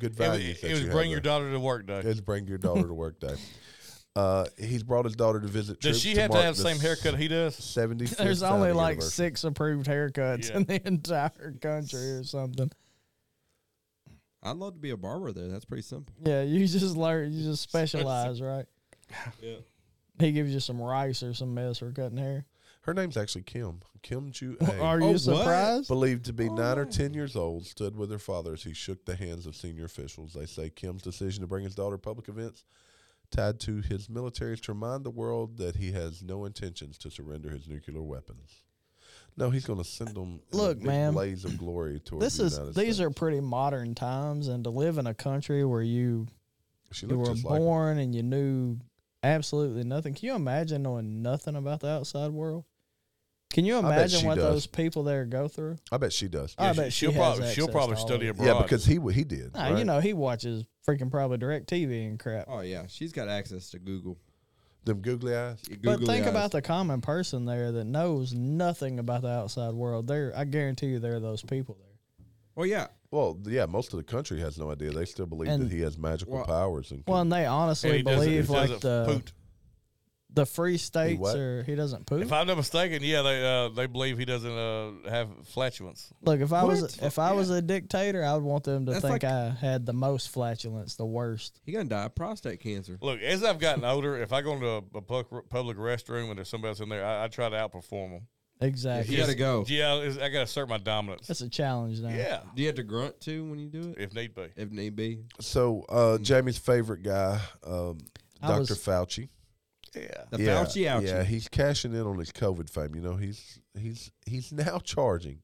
S3: good
S5: It was,
S3: values.
S5: it
S3: that
S5: was
S3: you have
S5: bring your
S3: there.
S5: daughter to work day.
S3: It's bring your daughter to work day. Uh, he's brought his daughter to visit. troops
S5: Does she have to
S3: mark
S5: have the same haircut he does?
S3: 75th
S4: There's only
S3: founding
S4: like
S3: anniversary.
S4: six approved haircuts
S5: Yeah.
S4: in the entire country or something.
S6: I'd love to be a barber there. That's pretty simple.
S4: Yeah, you just learn, you just specialize, right? Yeah. He gives you some rice or some mess for cutting hair.
S3: Her name's actually Kim. Kim Ju A.
S4: Are
S6: Oh,
S4: you Oh.
S6: what?
S4: surprised?
S3: Believed to be nine or ten years old, stood with her father as he shook the hands of senior officials. They say Kim's decision to bring his daughter to public events tied to his military is to remind the world that he has no intentions to surrender his nuclear weapons. No, he's going to send them in a
S4: Look,
S3: big
S4: man,
S3: blaze of glory toward
S4: This
S3: the
S4: is
S3: United
S4: these
S3: States.
S4: are pretty modern times, and to live in a country where you
S3: she
S4: you
S3: looked
S4: were
S3: just like her.
S4: born and you knew absolutely nothing. Can you imagine knowing nothing about the outside world? Can you
S3: bet
S4: imagine
S3: she
S4: what
S3: does.
S4: those people there go through?
S3: I bet she does.
S4: I
S5: Yeah,
S4: bet she
S5: she'll
S4: has
S5: probably she'll
S4: access
S5: probably
S4: to all
S5: study
S4: of it.
S5: abroad.
S3: yeah, because he w- he did.
S4: Nah,
S3: right?
S4: you know he watches freaking probably direct TV and crap.
S6: Oh yeah, she's got access to Google.
S3: them googly eyes.
S6: Google
S4: but think
S6: guys.
S4: about the common person there that knows nothing about the outside world. There, I guarantee you, there are those people there.
S6: Well, Oh, yeah.
S3: Well, yeah, most of the country has no idea. They still believe
S4: And-
S3: that he has magical
S6: Well-
S3: powers and can
S4: Well, and they honestly
S5: And he doesn't- he
S4: believe like
S5: doesn't
S4: the
S5: poot.
S4: the free states
S3: what?
S4: or he doesn't poop.
S5: If I'm not mistaken, yeah, they uh, they believe he doesn't uh, have flatulence.
S4: Look, if I was
S6: What?
S4: if I was a dictator, I would want them to
S6: That's
S4: think
S6: like-
S4: I had the most flatulence, the worst.
S6: He gonna die of prostate cancer.
S5: Look, as I've gotten older, if I go into a, a public, public restroom and there's somebody else in there, I, I try to outperform them.
S4: Exactly.
S6: You gotta
S3: Oh.
S6: go. Do
S5: Yeah, it's- I got to assert my dominance.
S4: That's a challenge now.
S5: Yeah,
S6: you have to grunt too when you do it,
S5: if need be.
S6: if need be?
S3: So uh, Jamie's favorite guy, um,
S4: I
S3: Dr.
S4: was-
S3: Fauci.
S5: Yeah.
S6: The
S3: yeah,
S6: Fauci ouchie.
S3: Yeah, he's cashing in on his COVID fame. You know, he's he's he's now charging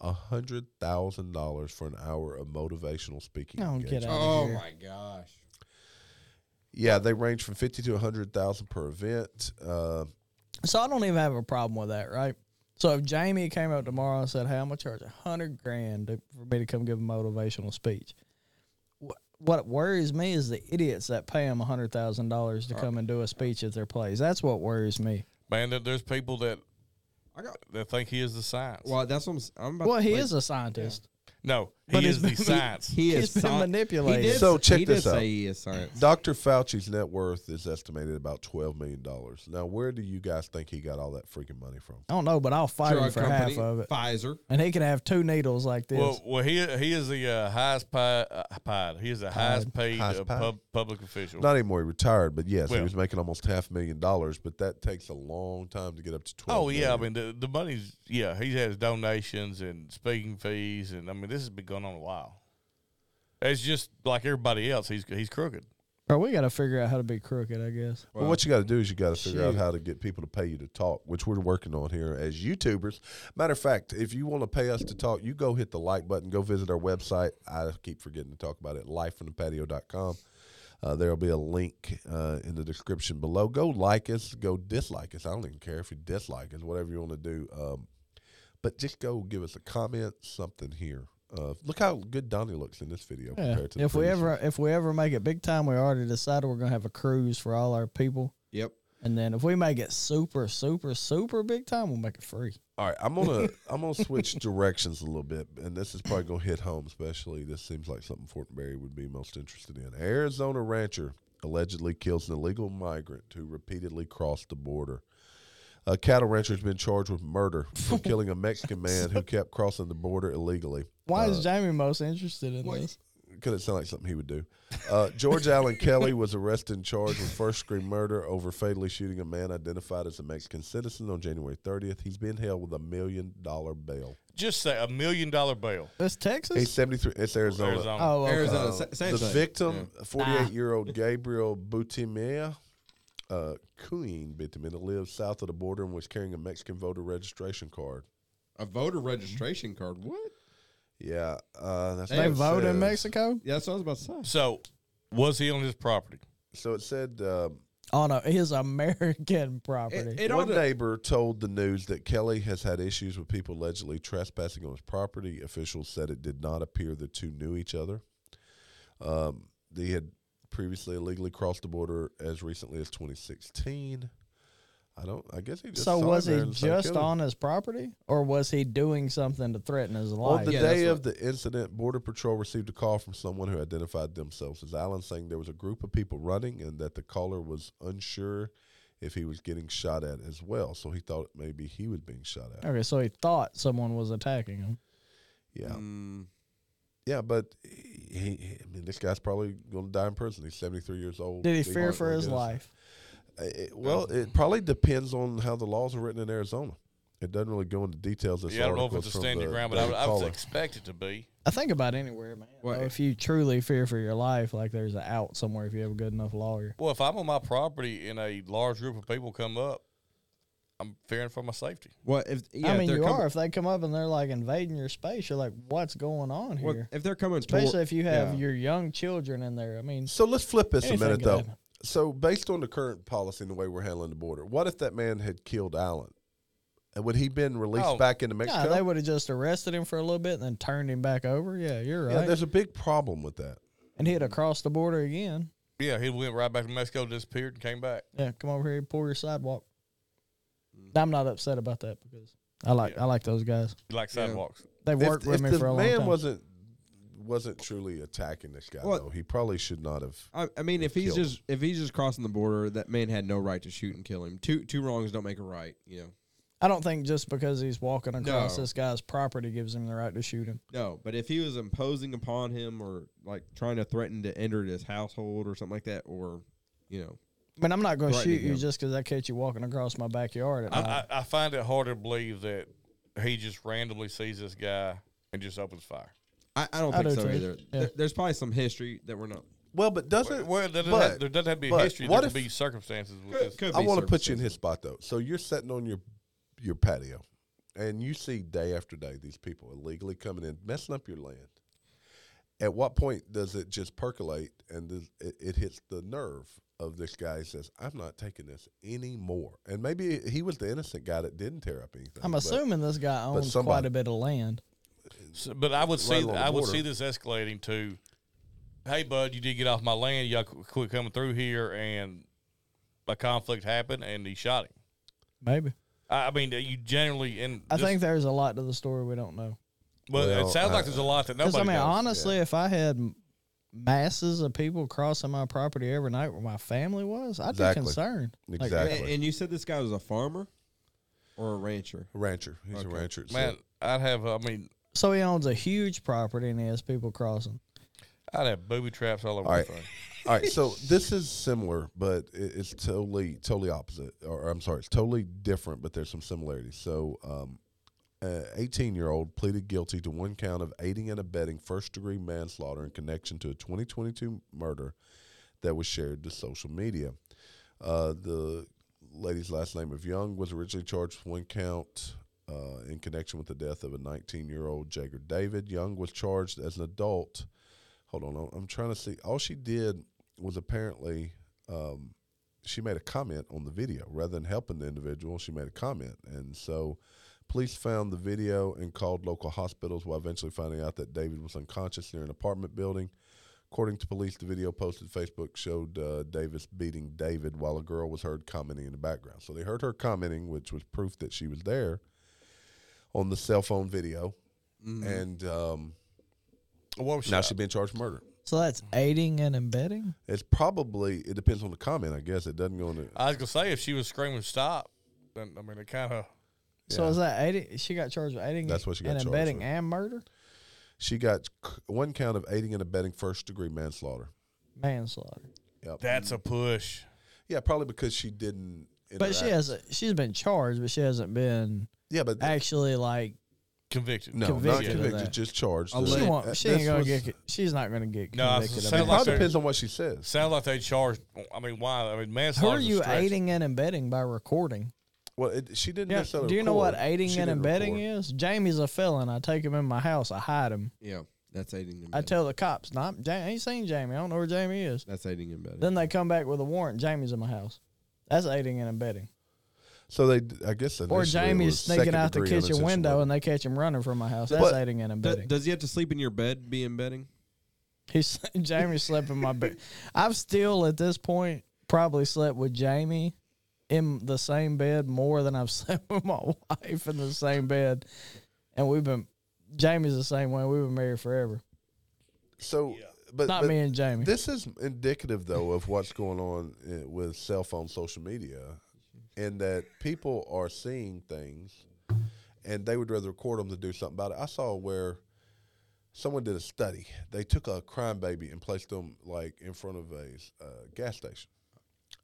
S3: a hundred thousand dollars for an hour of motivational speaking.
S4: Oh,
S3: engagement.
S4: get out
S6: Oh
S4: of here.
S6: my gosh.
S3: Yeah, they range from fifty to a hundred thousand per event. Uh,
S4: So I don't even have a problem with that, right? So if Jamie came up tomorrow and said, "Hey, I'm gonna charge a hundred grand to, for me to come give a motivational speech," Wh- what worries me is the idiots that pay him a hundred thousand dollars to come and do a speech at their place. That's what worries me.
S5: Man, there, there's people that
S6: I got.
S5: that think he is the science.
S6: Well, that's what I'm. s- I'm about
S4: Well,
S6: to
S4: he
S6: play-
S4: is a scientist.
S5: no,
S4: But
S5: he
S4: it's
S5: is the
S4: been-
S5: science.
S6: He
S4: He's
S6: is
S4: been
S6: sci-
S4: manipulated.
S6: He did,
S3: So
S6: s-
S3: check
S6: he
S3: this
S6: did
S3: out.
S6: Say he is science.
S3: Dr. Fauci's net worth is estimated about twelve million dollars. Now, where do you guys think he got all that freaking money from?
S4: I don't know, but I'll fight him
S6: Drug
S4: for
S6: company,
S4: half of it,
S6: Pfizer.
S4: and he can have two needles like this.
S5: Well, well, he he is the uh, highest paid. Uh, pied. he is the highest paid
S3: Highest
S5: uh,
S3: pied.
S5: pub, public official.
S3: Not anymore. He retired, but yes, he
S5: Well-
S3: was making almost half a million dollars. But that takes a long time to get up to twelve.
S5: oh yeah, I
S3: million.
S5: mean the the money's yeah. He has donations and speaking fees, and I mean this has been going on a while. It's just like everybody else. He's he's crooked.
S4: Or we got to figure out how to be crooked, I guess.
S3: Well, what you got to do is you got to figure out
S4: shoot.
S3: how to get people to pay you to talk, which we're working on here as YouTubers. Matter of fact, if you want to pay us to talk, you go hit the like button, go visit our website. I keep forgetting to talk about it, lifefromthepatio.com. Uh, there'll be a link uh, in the description below. Go like us, go dislike us. I don't even care if you dislike us, whatever you want to do. Um, but just go give us a comment, something here. Uh, look how good Donnie looks in this video
S4: Yeah.
S3: compared to the
S4: If we
S3: previous one.
S4: ever if we ever make it big time, we already decided we're gonna have a cruise for all our people.
S6: Yep.
S4: And then if we make it super, super, super big time, we'll make it free.
S3: All right, I'm gonna I'm gonna switch directions a little bit, and this is probably gonna hit home, especially. This seems like something Fortenberry would be most interested in. Arizona rancher allegedly kills an illegal migrant who repeatedly crossed the border. A cattle rancher has been charged with murder for killing a Mexican man who kept crossing the border illegally.
S4: Why is Jamie most interested in this?
S3: Because it sounded like something he would do. Uh, George Allen Kelly was arrested and charged with first degree murder over fatally shooting a man identified as a Mexican citizen on January 30th. He's being held with a million dollar bail.
S5: Just say a million dollar bail.
S4: That's Texas.
S3: He's 73. It's Arizona. Uh,
S5: Arizona.
S4: oh, okay.
S6: Arizona, sa- same
S3: the
S6: thing.
S3: victim, 48 year old Gabriel Butimea, uh, Queen Butimea, lives south of the border and was carrying a Mexican voter registration card.
S6: A voter registration card. What?
S3: Yeah. Uh, that's what
S4: they
S3: it
S4: vote in
S3: says.
S4: Mexico.
S6: Yeah, that's what I was about to say.
S5: So was he on his property?
S3: So it said uh,
S4: Oh no, his American property.
S6: It, it all
S3: one
S6: de-
S3: neighbor told the news that Kelly has had issues with people allegedly trespassing on his property. Officials said it did not appear the two knew each other. Um, they had previously illegally crossed the border as recently as 2016. I don't. I guess he just.
S4: so
S3: saw
S4: was
S3: him there
S4: he
S3: and decided to
S4: just
S3: kill him.
S4: on his property, or was he doing something to threaten his
S3: On
S4: life?
S3: the
S6: Yeah, that's
S3: day
S6: what-
S3: of the incident, Border Patrol received a call from someone who identified themselves as Allen, saying there was a group of people running and that the caller was unsure if he was getting shot at as well. So he thought maybe he was being shot at.
S4: Okay, so he thought someone was attacking him.
S3: Yeah,
S6: Mm,
S3: yeah, but he, he- I mean, this guy's probably going to die in prison. He's seventy three years old.
S4: Did he
S3: Big
S4: fear
S3: heart
S4: for
S3: like
S4: his
S3: this.
S4: life?
S3: Uh, it- well, it probably depends on how the laws are written in Arizona. It doesn't really go into details. This
S5: Yeah, I don't know if
S3: article
S5: it's a
S3: is from
S5: stand your
S3: the
S5: ground, but I would, I would
S3: caller.
S5: expect it to be.
S4: I think about anywhere, man.
S6: Well,
S4: Well, if you truly fear for your life, like there's an out somewhere if you have a good enough lawyer.
S5: Well, if I'm on my property and a large group of people come up, I'm fearing for my safety.
S6: well, if yeah,
S4: I
S6: if
S4: mean,
S6: they're
S4: you
S6: coming,
S4: are. If they come up and they're like invading your space, you're like, what's going on
S6: well,
S4: here?
S6: if they're coming, toward-
S4: Especially if you have
S6: yeah.
S4: your young children in there. I mean,
S3: So let's flip this a
S4: Anything
S3: minute,
S4: could
S3: though.
S4: happen.
S3: So, based on the current policy and the way we're handling the border, what if that man had killed Allen? And would he been released
S5: Oh.
S3: back into Mexico?
S4: yeah, they would have just arrested him for a little bit and then turned him back over. Yeah, you're
S3: Yeah,
S4: right.
S3: there's a big problem with that.
S4: and he'd have crossed the border again.
S5: Yeah, he went right back to Mexico, disappeared, and came back.
S4: Yeah, come over here, pour your sidewalk. I'm not upset about that because I like I like those guys.
S5: He likes
S6: Yeah.
S5: sidewalks.
S4: They've
S3: If-
S4: worked
S3: if,
S4: with me
S3: the
S4: for a long
S3: man
S4: time.
S3: wasn't wasn't truly attacking this guy,
S6: Well-
S3: though, he probably should not have.
S6: I, I mean, if he's
S3: killed.
S6: just if he's just crossing the border, that man had no right to shoot and kill him. Two two wrongs don't make a right. You know.
S4: I don't think just because he's walking across
S6: No.
S4: this guy's property gives him the right to shoot him.
S6: No, but if he was imposing upon him or like trying to threaten to enter his household or something like that, or you know,
S4: I mean, I'm not going to
S6: Threatening
S4: shoot you
S6: him.
S4: just because I catch you walking across my backyard at
S5: I,
S4: night.
S5: I, I find it hard to believe that he just randomly sees this guy and just opens fire.
S6: I, I don't
S4: I
S6: think
S4: do
S6: so
S4: too.
S6: either.
S4: Yeah.
S6: There- There's probably some history that we're not.
S3: Well, but doesn't.
S5: Well, there doesn't,
S3: but-
S5: have, there doesn't have to be a
S3: but
S5: history.
S3: what
S5: There
S3: if-
S5: could be circumstances with this.
S6: could
S3: I
S6: be
S3: want to put you in
S6: circumstances.
S3: his spot though. So you're sitting on your your patio, and you see day after day these people illegally coming in, messing up your land. At what point does it just percolate and does, it, it hits the nerve of this guy? He says, "I'm not taking this anymore." And maybe he was the innocent guy that didn't tear up anything.
S4: I'm
S3: but-
S4: assuming this guy owns quite
S3: somebody-
S4: a bit of land.
S5: So, but I would see
S3: along the
S5: I would
S3: border.
S5: see this escalating to, hey bud, you did get off my land. Y'all qu- quit coming through here, and a conflict happened, and he shot him.
S4: Maybe.
S5: I, I mean, you generally and
S4: I
S5: just-
S4: think there's a lot to the story we don't know.
S5: Well,
S3: Well,
S5: it sounds
S3: I-
S5: like there's a lot that
S4: Because,
S5: nobody
S4: I mean,
S5: knows.
S4: honestly, if I had m- masses of people crossing my property every night where my family was, I'd
S3: Exactly.
S4: be concerned. Like,
S3: Exactly.
S6: And, and you said this guy was a farmer or a rancher.
S3: rancher. He's
S6: Okay.
S3: a rancher. So-
S5: man, I'd have. I mean,
S4: so he owns a huge property and he has people crossing.
S5: I'd have booby traps all over
S3: All
S5: the
S3: right.
S5: thing.
S3: All right, so this is similar, but it, it's totally totally opposite, or I'm sorry, it's totally different, but there's some similarities. So, um, an 18 year old pleaded guilty to one count of aiding and abetting first degree manslaughter in connection to a 2022 murder that was shared to social media. Uh, the lady's last name of Young was originally charged with one count uh, in connection with the death of a 19 year old Jagger David. Young was charged as an adult. Hold on, I'm- I'm trying to see. All she did was apparently um, she made a comment on the video rather than helping the individual. She made a comment, and so police found the video and called local hospitals while eventually finding out that David was unconscious near an apartment building. According to police, the video posted to Facebook showed uh, Davis beating David while a girl was heard commenting in the background. So they heard her commenting, which was proof that she was there on the cell phone video. And um,
S5: What was
S3: now she's been charged with murder.
S4: So that's aiding and abetting.
S3: It's probably, it depends on the comment, I guess. It doesn't go into.
S5: I was gonna say if she was screaming stop, then I mean it kind of
S4: So is that aiding? She got charged with aiding.
S3: That's what she got
S4: and
S3: charged
S4: abetting
S3: with.
S4: and murder,
S3: She got c- one count of aiding and abetting first degree manslaughter.
S4: manslaughter.
S3: Yep.
S5: that's a push.
S3: yeah, probably because she didn't.
S4: But she
S3: interact.
S4: has. She's been charged, but she hasn't been
S3: Yeah, but
S4: actually like.
S5: Convicted.
S3: no,
S4: convicted
S3: not
S4: of
S3: convicted,
S4: that. Oh,
S3: just charged.
S6: Alleged.
S4: She
S3: Uh,
S4: won't. She ain't
S3: this
S4: gonna
S3: was-
S4: get. She's not gonna get
S5: No, I was
S4: convicted.
S5: gonna
S4: of
S5: say,
S4: it.
S5: like-
S3: Probably depends on what she says.
S5: Sounds like they charged. I mean, why? I mean,
S4: Who
S5: manslaughter.
S4: are you aiding and abetting by recording?
S3: Well, it, she didn't
S4: Yeah.
S3: necessarily.
S4: Do you know
S3: record.
S4: what aiding
S3: She
S4: and
S3: didn't
S4: abetting
S3: record.
S4: is? Jamie's a felon. I take him in my house. I hide him.
S6: Yeah, that's aiding and
S4: I
S6: abetting.
S4: tell the cops, "Nah, I'm, Ja- I ain't seen Jamie. I don't know where Jamie is.
S6: that's aiding and abetting.
S4: Then they come back with a warrant. Jamie's in my house. That's aiding and abetting.
S3: So they, d- I guess,
S4: Or
S3: initially it
S4: Jamie's
S3: was
S4: sneaking
S3: second
S4: out the
S3: degree
S4: kitchen
S3: unintentional
S4: window
S3: murder.
S4: and they catch him running from my house. That's
S6: But-
S4: aiding and
S6: Th-
S4: abetting.
S6: does he have to sleep in your bed? Be in bedding?
S4: He's Jamie slept in my bed. I've still at this point probably slept with Jamie in the same bed more than I've slept with my wife in the same bed. And we've been Jamie's the same way. We've been married forever.
S3: So, but
S4: Not
S3: but
S4: me and Jamie.
S3: This is indicative, though, of what's going on uh, with cell phone social media, in that people are seeing things, and they would rather record them to do something about it. I saw where someone did a study. They took a crime baby and placed them like in front of a uh, gas station,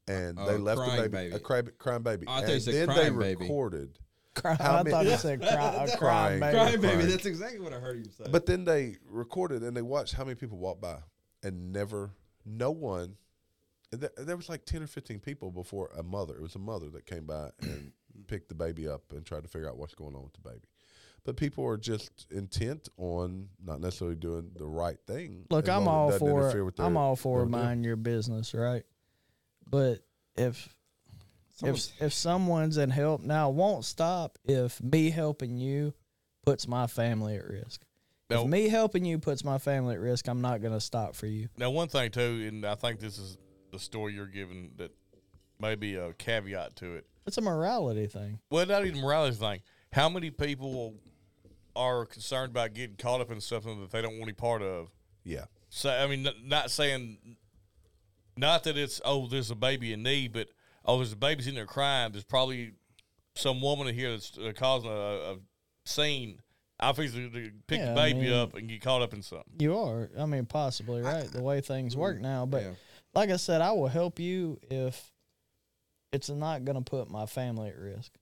S3: and
S6: Oh,
S3: they left the
S6: crime
S3: baby,
S6: baby.
S3: a crime, crime baby,
S6: I thought you
S3: and
S6: said
S3: then they
S6: crime baby.
S3: recorded.
S4: Cry-
S3: how
S4: I
S3: many-
S4: thought you said cry, a crime,
S3: Crying.
S4: baby.
S3: Crying. baby,
S6: That's exactly what I heard you say.
S3: But then they recorded and they watched how many people walked by and never, no one. and There, there was like 10 or 15 people before a mother. It was a mother that came by and picked the baby up and tried to figure out what's going on with the baby. But people are just intent on not necessarily doing the right thing.
S4: Look,
S3: as
S4: I'm
S3: long as it
S4: all
S3: doesn't interfere
S4: for
S3: with
S4: I'm
S3: their-
S4: all for
S3: their deal.
S4: mind your business, right? But if
S6: Someone's-
S4: if if someone's in help now, it won't stop if me helping you puts my family at risk.
S5: Now,
S4: If me helping you puts my family at risk, I'm not gonna stop for you.
S5: now, one thing too, and I think this is the story you're giving that maybe a caveat to it.
S4: It's a morality thing.
S5: Well, not even morality thing. How many people are concerned about getting caught up in something that they don't want any part of?
S3: Yeah.
S5: So, I mean, n- not saying, not that it's oh, there's a baby in need, but oh, there's a baby's in there crying. There's probably some woman in here that's uh, causing a, a scene. I think they they pick
S4: Yeah, I
S5: the baby
S4: mean-
S5: up and get caught up in something.
S4: You are. I mean, possibly right. The way things work now, but
S6: yeah.
S4: like I said, I will help you if it's not gonna put my family at risk.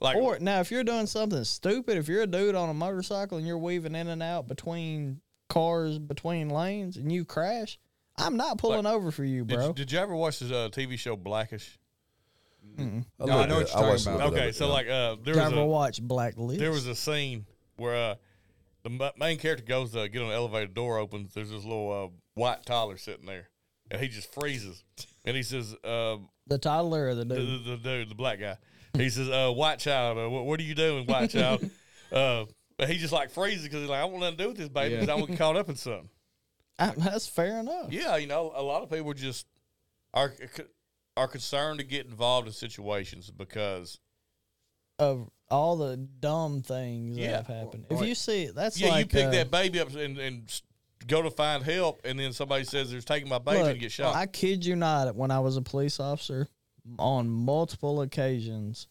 S5: Like
S4: Or now, if you're doing something stupid, if you're a dude on a motorcycle and you're weaving in and out between cars, between lanes, and you crash, I'm not pulling over for you,
S5: Did,
S4: bro.
S5: You, did you ever watch this uh, TV show Blackish?
S3: A
S6: No,
S3: little
S6: I know
S3: bit.
S6: what you're talking
S3: watched a little
S6: about.
S3: bit of
S5: Okay,
S3: it,
S5: so
S3: yeah.
S5: like uh, there
S4: Did I
S5: was
S4: ever
S5: a,
S4: watch Black List?
S5: there was a scene where uh, the ma- main character goes to get on the elevator door opens. There's this little uh, white toddler sitting there, and he just freezes, and he says, uh,
S4: the toddler or the
S5: the,
S4: dude.
S5: the, the dude, the black guy. He says, uh, "White child, uh, what, what are you doing, white child?" uh, but he just like freezes because he's like, "I want nothing to do with this baby
S6: Yeah.
S5: 'cause I want caught up in something."
S4: I- that's fair enough.
S5: Yeah, you know, a lot of people just are uh, are concerned to get involved in situations because
S4: Of all the dumb things
S5: Yeah.
S4: that have happened,
S6: Or-
S4: if you see that's
S5: yeah,
S4: like
S5: you pick
S4: uh,
S5: that baby up and, and s- go to find help, and then somebody says they're taking my baby
S4: Look,
S5: and get shot.
S4: I kid you not. When I was a police officer, on multiple occasions,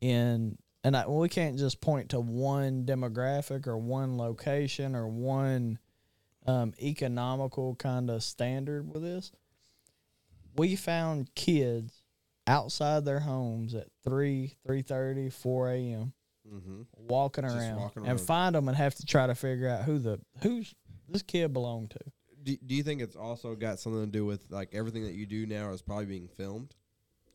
S4: in and I, we can't just point to one demographic or one location or one um, economical kind of standard with this. We found kids outside their homes at 3, 3.30, 4 a.m. Walking around,
S6: Mm-hmm. walking around.
S4: and find them and have to try to figure out who the who's this kid belonged to.
S6: do, do you think it's also got something to do with like everything that you do now is probably being filmed?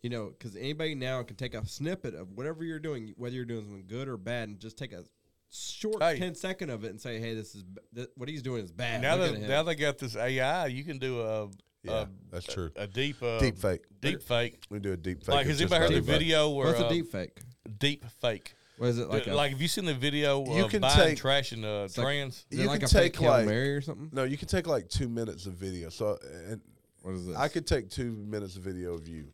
S6: You know, because anybody now can take a snippet of whatever you're doing, whether you're doing something good or bad, and just take a short
S5: Hey.
S6: 10 second of it and say, "Hey, this is b- th- what he's doing is bad."
S5: now
S6: Look
S5: that
S6: at him."
S5: now they got this AI, you can do a
S3: Yeah,
S5: a,
S3: that's true.
S5: a deep uh,
S3: deep fake.
S5: deep fake.
S3: We do a deep fake.
S5: Like
S3: of
S5: has
S3: just
S5: anybody heard the
S3: about everybody.
S5: video where
S6: what's
S5: uh,
S6: a deep fake?
S5: deep fake?
S6: What is it
S5: Like,
S6: like? A,
S5: have you seen the video
S3: You
S5: of
S3: can
S5: Biden
S3: take-
S5: trashing uh,
S6: like-
S5: trans?
S6: is it
S3: you
S6: like
S3: can
S6: a fake
S3: take,
S6: Hail
S3: like-
S6: Mary or something?
S3: No, you can take like two minutes of video. So and
S6: What is this?
S3: I could take two minutes of video of you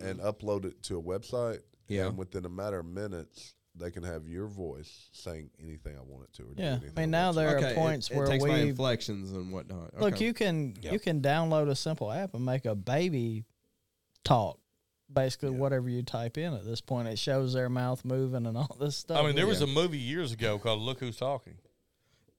S3: and
S4: Mm-hmm.
S3: upload it to a website.
S6: Yeah.
S3: And within a matter of minutes, they can have your voice saying anything I want it to. Or doing
S4: Yeah,
S3: anything
S4: I
S3: want
S4: mean now
S3: it to.
S4: there
S6: Okay,
S4: are
S6: it-
S4: points
S6: it,
S4: where
S6: takes my
S4: we
S6: inflections and whatnot. Okay.
S4: Look, you can you can download a simple app and make a baby talk. Basically, whatever you type in at this point, it shows their mouth moving and all this stuff.
S5: I mean, there was a movie years ago called Look Who's Talking.
S6: Mm-hmm.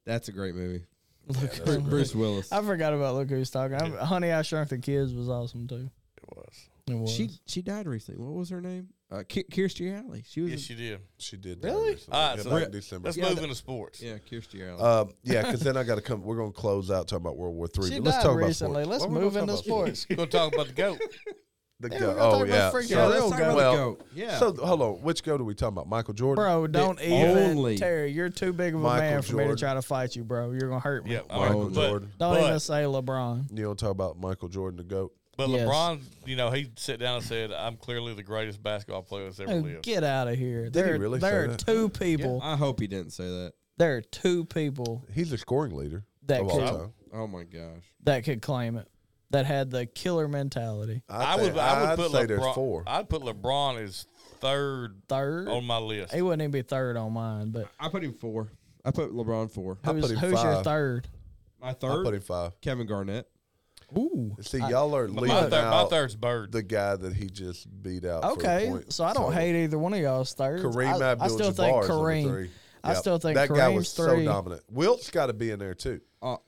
S6: That's a great movie.
S4: Look
S6: Bru- Bruce Willis.
S4: I forgot about Look Who's Talking. I, Honey, I Shrunk the Kids was awesome too.
S5: It was.
S4: It was.
S6: She she died recently. What was her name? Uh, Ki- Kirstie Alley. She was.
S5: Yes, she did.
S3: she did
S4: Really?
S3: That
S5: All right,
S3: yeah,
S5: so
S3: back
S5: re-
S3: in December.
S5: Let's
S6: Yeah,
S5: move
S6: that-
S5: into sports.
S6: yeah, Kirstie Alley.
S3: Um, yeah, because then I got to come. We're gonna close out talking about World War Three.
S4: She
S3: but let's
S4: died
S3: talk about
S4: recently.
S3: sports.
S4: Let's
S3: Why are we
S4: move
S3: gonna
S4: into
S3: talk about
S4: sports.
S5: We're gonna talk about the goat.
S3: The
S4: Yeah,
S3: goat.
S4: we're gonna
S3: Oh
S4: talk about
S3: yeah.
S4: freaking
S3: So-
S4: real
S6: let's talk about
S3: well,
S6: the goat. Yeah.
S3: So hold on, which goat are we talking about? Michael Jordan.
S4: Bro, don't even.
S6: only-
S4: Terry, you're too big of a
S3: Michael
S4: man for me
S3: Jordan.
S4: to try to fight you, bro. You're going to hurt me.
S5: Yeah, all
S3: Michael
S5: but-
S3: Jordan.
S4: Don't
S5: but-
S4: even say LeBron.
S3: You don't talk about Michael Jordan, the goat.
S5: But
S4: Yes.
S5: LeBron, you know, he sat down and said, "I'm clearly the greatest basketball player that's ever
S4: Oh,
S5: lived."
S4: get out of here. there are-
S3: really
S4: there
S3: say
S4: are
S3: that?
S4: two people.
S6: I hope he didn't say that.
S4: There are two people
S3: He's a scoring leader
S4: That
S3: of all
S4: could-
S3: time.
S6: Oh my gosh.
S4: that could claim it that had the killer mentality.
S5: I
S3: think-
S5: would, I would
S3: I'd
S5: put
S3: say
S5: LeBron.
S3: there's four.
S5: I'd put LeBron as third
S4: Third,
S5: on my list.
S4: he wouldn't even be third on mine. But
S6: I put him four. I put LeBron four.
S3: I
S4: who's,
S3: put him
S4: who's your
S3: five.
S4: third?
S6: My
S3: I put him
S6: third,
S3: five.
S6: Kevin Garnett.
S4: Ooh,
S3: See, y'all are
S5: But
S3: leaving
S5: my, third, my
S3: out
S5: third's Bird.
S3: the guy that he just beat out. for a
S4: okay.
S3: point.
S4: So I don't hate either one of y'all's thirds.
S3: Kareem
S4: I, I
S3: Abdul-Jabbar
S4: still think
S3: is number
S4: Kareem.
S3: three.
S4: I
S3: Yep.
S4: still think
S3: that guy was
S4: Kareem's
S3: so
S4: three.
S3: dominant. Wilt's got to be in there too.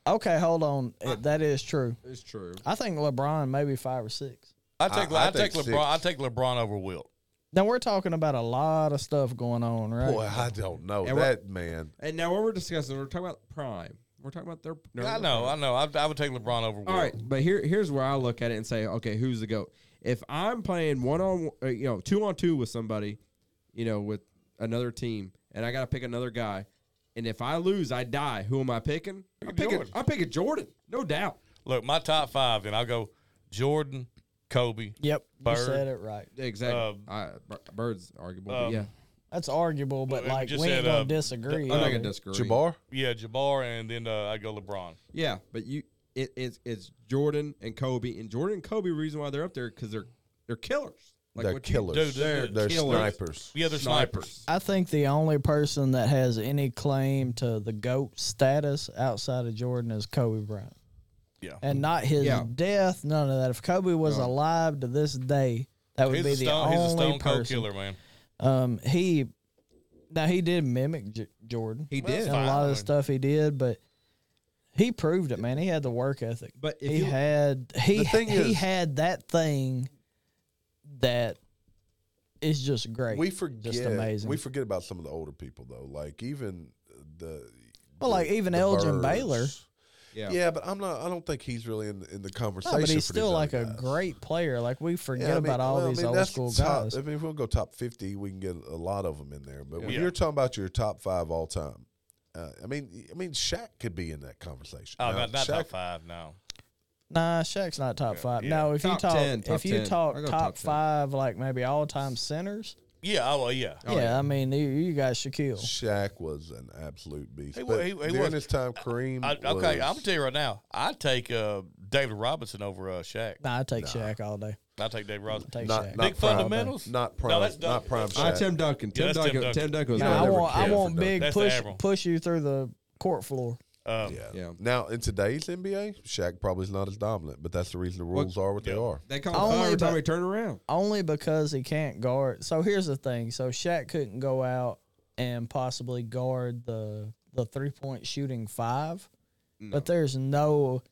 S4: Okay, hold on. Uh, that is true.
S6: It's true.
S4: I think LeBron maybe five or six.
S5: I take,
S3: I-
S5: I,
S3: I
S5: take
S3: think
S5: LeBron. I
S3: six.
S5: take LeBron over Wilt.
S4: Now we're talking about a lot of stuff going on, right?
S3: Boy, I don't know
S6: And
S3: that man.
S6: And now what we're discussing, we're talking about prime. We're talking about their. no,
S5: I
S6: not
S5: know,
S6: prime.
S5: I know. I, I would take LeBron over Wilt.
S6: All right, but here here's where I look at it and say, okay, who's the goat? If I'm playing one on, uh, you know, two on two with somebody, you know, with another team, and I got to pick another guy, and if I lose, I die. Who am I picking? I'm picking.
S5: Jordan.
S6: I'm picking Jordan, no doubt.
S5: Look, my top five, and I'll go Jordan, Kobe.
S4: Yep,
S5: Bird.
S4: you said it right.
S6: Exactly.
S5: Um,
S6: I, b- birds arguable, but
S5: um,
S6: yeah,
S4: That's arguable,
S5: Well,
S4: but
S5: we
S4: like we
S5: just
S4: ain't
S5: said,
S4: gonna
S5: uh,
S4: disagree.
S6: I'm not
S4: are
S6: gonna
S4: we?
S6: disagree.
S3: Jabbar.
S5: Yeah, Jabbar, and then uh, I go LeBron.
S6: Yeah, but you, it, it's it's Jordan and Kobe, and Jordan and Kobe. Reason why they're up there because they're they're killers.
S3: they're
S6: what you-
S3: killers.
S5: dude, they're
S3: they're
S6: killers.
S3: snipers.
S5: Yeah, they're snipers.
S6: Snipers.
S4: I think the only person that has any claim to the GOAT status outside of Jordan is Kobe Bryant.
S5: Yeah.
S4: And not his
S6: Yeah.
S4: death, none of that. If Kobe was alive to this day, that would
S5: He's
S4: be
S5: a stone,
S4: the
S5: he's a
S4: only
S5: stone cold
S4: person.
S5: killer, man.
S4: Um, he now he did mimic J- Jordan.
S6: He
S5: Well,
S6: did.
S5: that's
S4: and a lot of the
S5: fine.
S4: stuff he did, but he proved it, man. He had the work ethic.
S6: But if
S4: he
S6: you-
S4: had he
S3: The thing
S4: he
S3: is-
S4: had that thing that is just great.
S3: We forget.
S4: just amazing.
S3: We forget about some of the older people though. Like even the.
S4: Well,
S3: the-
S4: like even
S3: the Birds.
S4: Elgin Baylor.
S6: Yeah.
S3: Yeah, but I'm not. I don't think he's really in in the
S4: No,
S3: conversation.
S4: but he's
S3: for these other
S4: still like a
S3: guys.
S4: great player. Like we
S3: Yeah,
S4: forget
S3: I mean-
S4: about all
S3: well, I
S4: these
S3: mean,
S4: old
S3: that's
S4: school
S3: top-
S4: guys.
S3: I mean, if we'll go top fifty, we can get a lot of them in there. But when
S5: Yeah.
S3: you're talking about your top five all time, uh, I mean, I mean, Shaq could be in that conversation.
S5: Oh,
S3: Now,
S5: not, not
S3: Shaq-
S5: top five, no.
S4: Nah, Shaq's not top five.
S5: yeah.
S4: No, if you
S6: Top
S4: talk
S6: 10, top
S4: if you
S6: 10.
S4: talk
S6: I
S4: top,
S6: go top 10.
S4: five, like maybe all time centers.
S5: Yeah, oh, well, yeah.
S4: yeah, I mean you, you got Shaquille.
S3: Shaq was an absolute beast.
S5: He wa-
S3: but
S5: he- he
S3: during
S5: was.
S3: his time, Kareem.
S5: I, okay, I'm gonna
S3: was-
S5: tell you right now. I take uh, David Robinson over uh, Shaq.
S4: Nah, I take Shaq all day.
S5: I take David Robinson.
S4: Take
S3: not,
S4: Shaq.
S3: not
S5: Big
S3: prime,
S5: fundamentals?
S3: Not
S5: No,
S3: prime.
S5: that's Dun-
S3: not prime.
S5: that's-
S6: Ah,
S3: Shaq.
S6: Tim Duncan. Tim
S5: that's Tim
S6: Duncan. Tim
S5: Duncan.
S6: Duncan. was
S3: Yeah,
S4: No,
S6: better.
S4: I
S3: never
S4: want I
S3: cared for
S4: want
S3: Duncan.
S4: big
S5: That's the
S4: push
S5: Admiral.
S4: push you through the court floor.
S5: Um,
S3: Yeah.
S6: Yeah.
S3: Now in today's NBA, Shaq probably is not as dominant, but that's the reason the rules are what
S5: yeah.
S3: they are.
S6: They call
S4: Only
S6: him fire every
S4: but-
S6: time he turned around.
S4: Only because he can't guard. So here's the thing. So Shaq couldn't go out and possibly guard the the three point shooting five. But there's no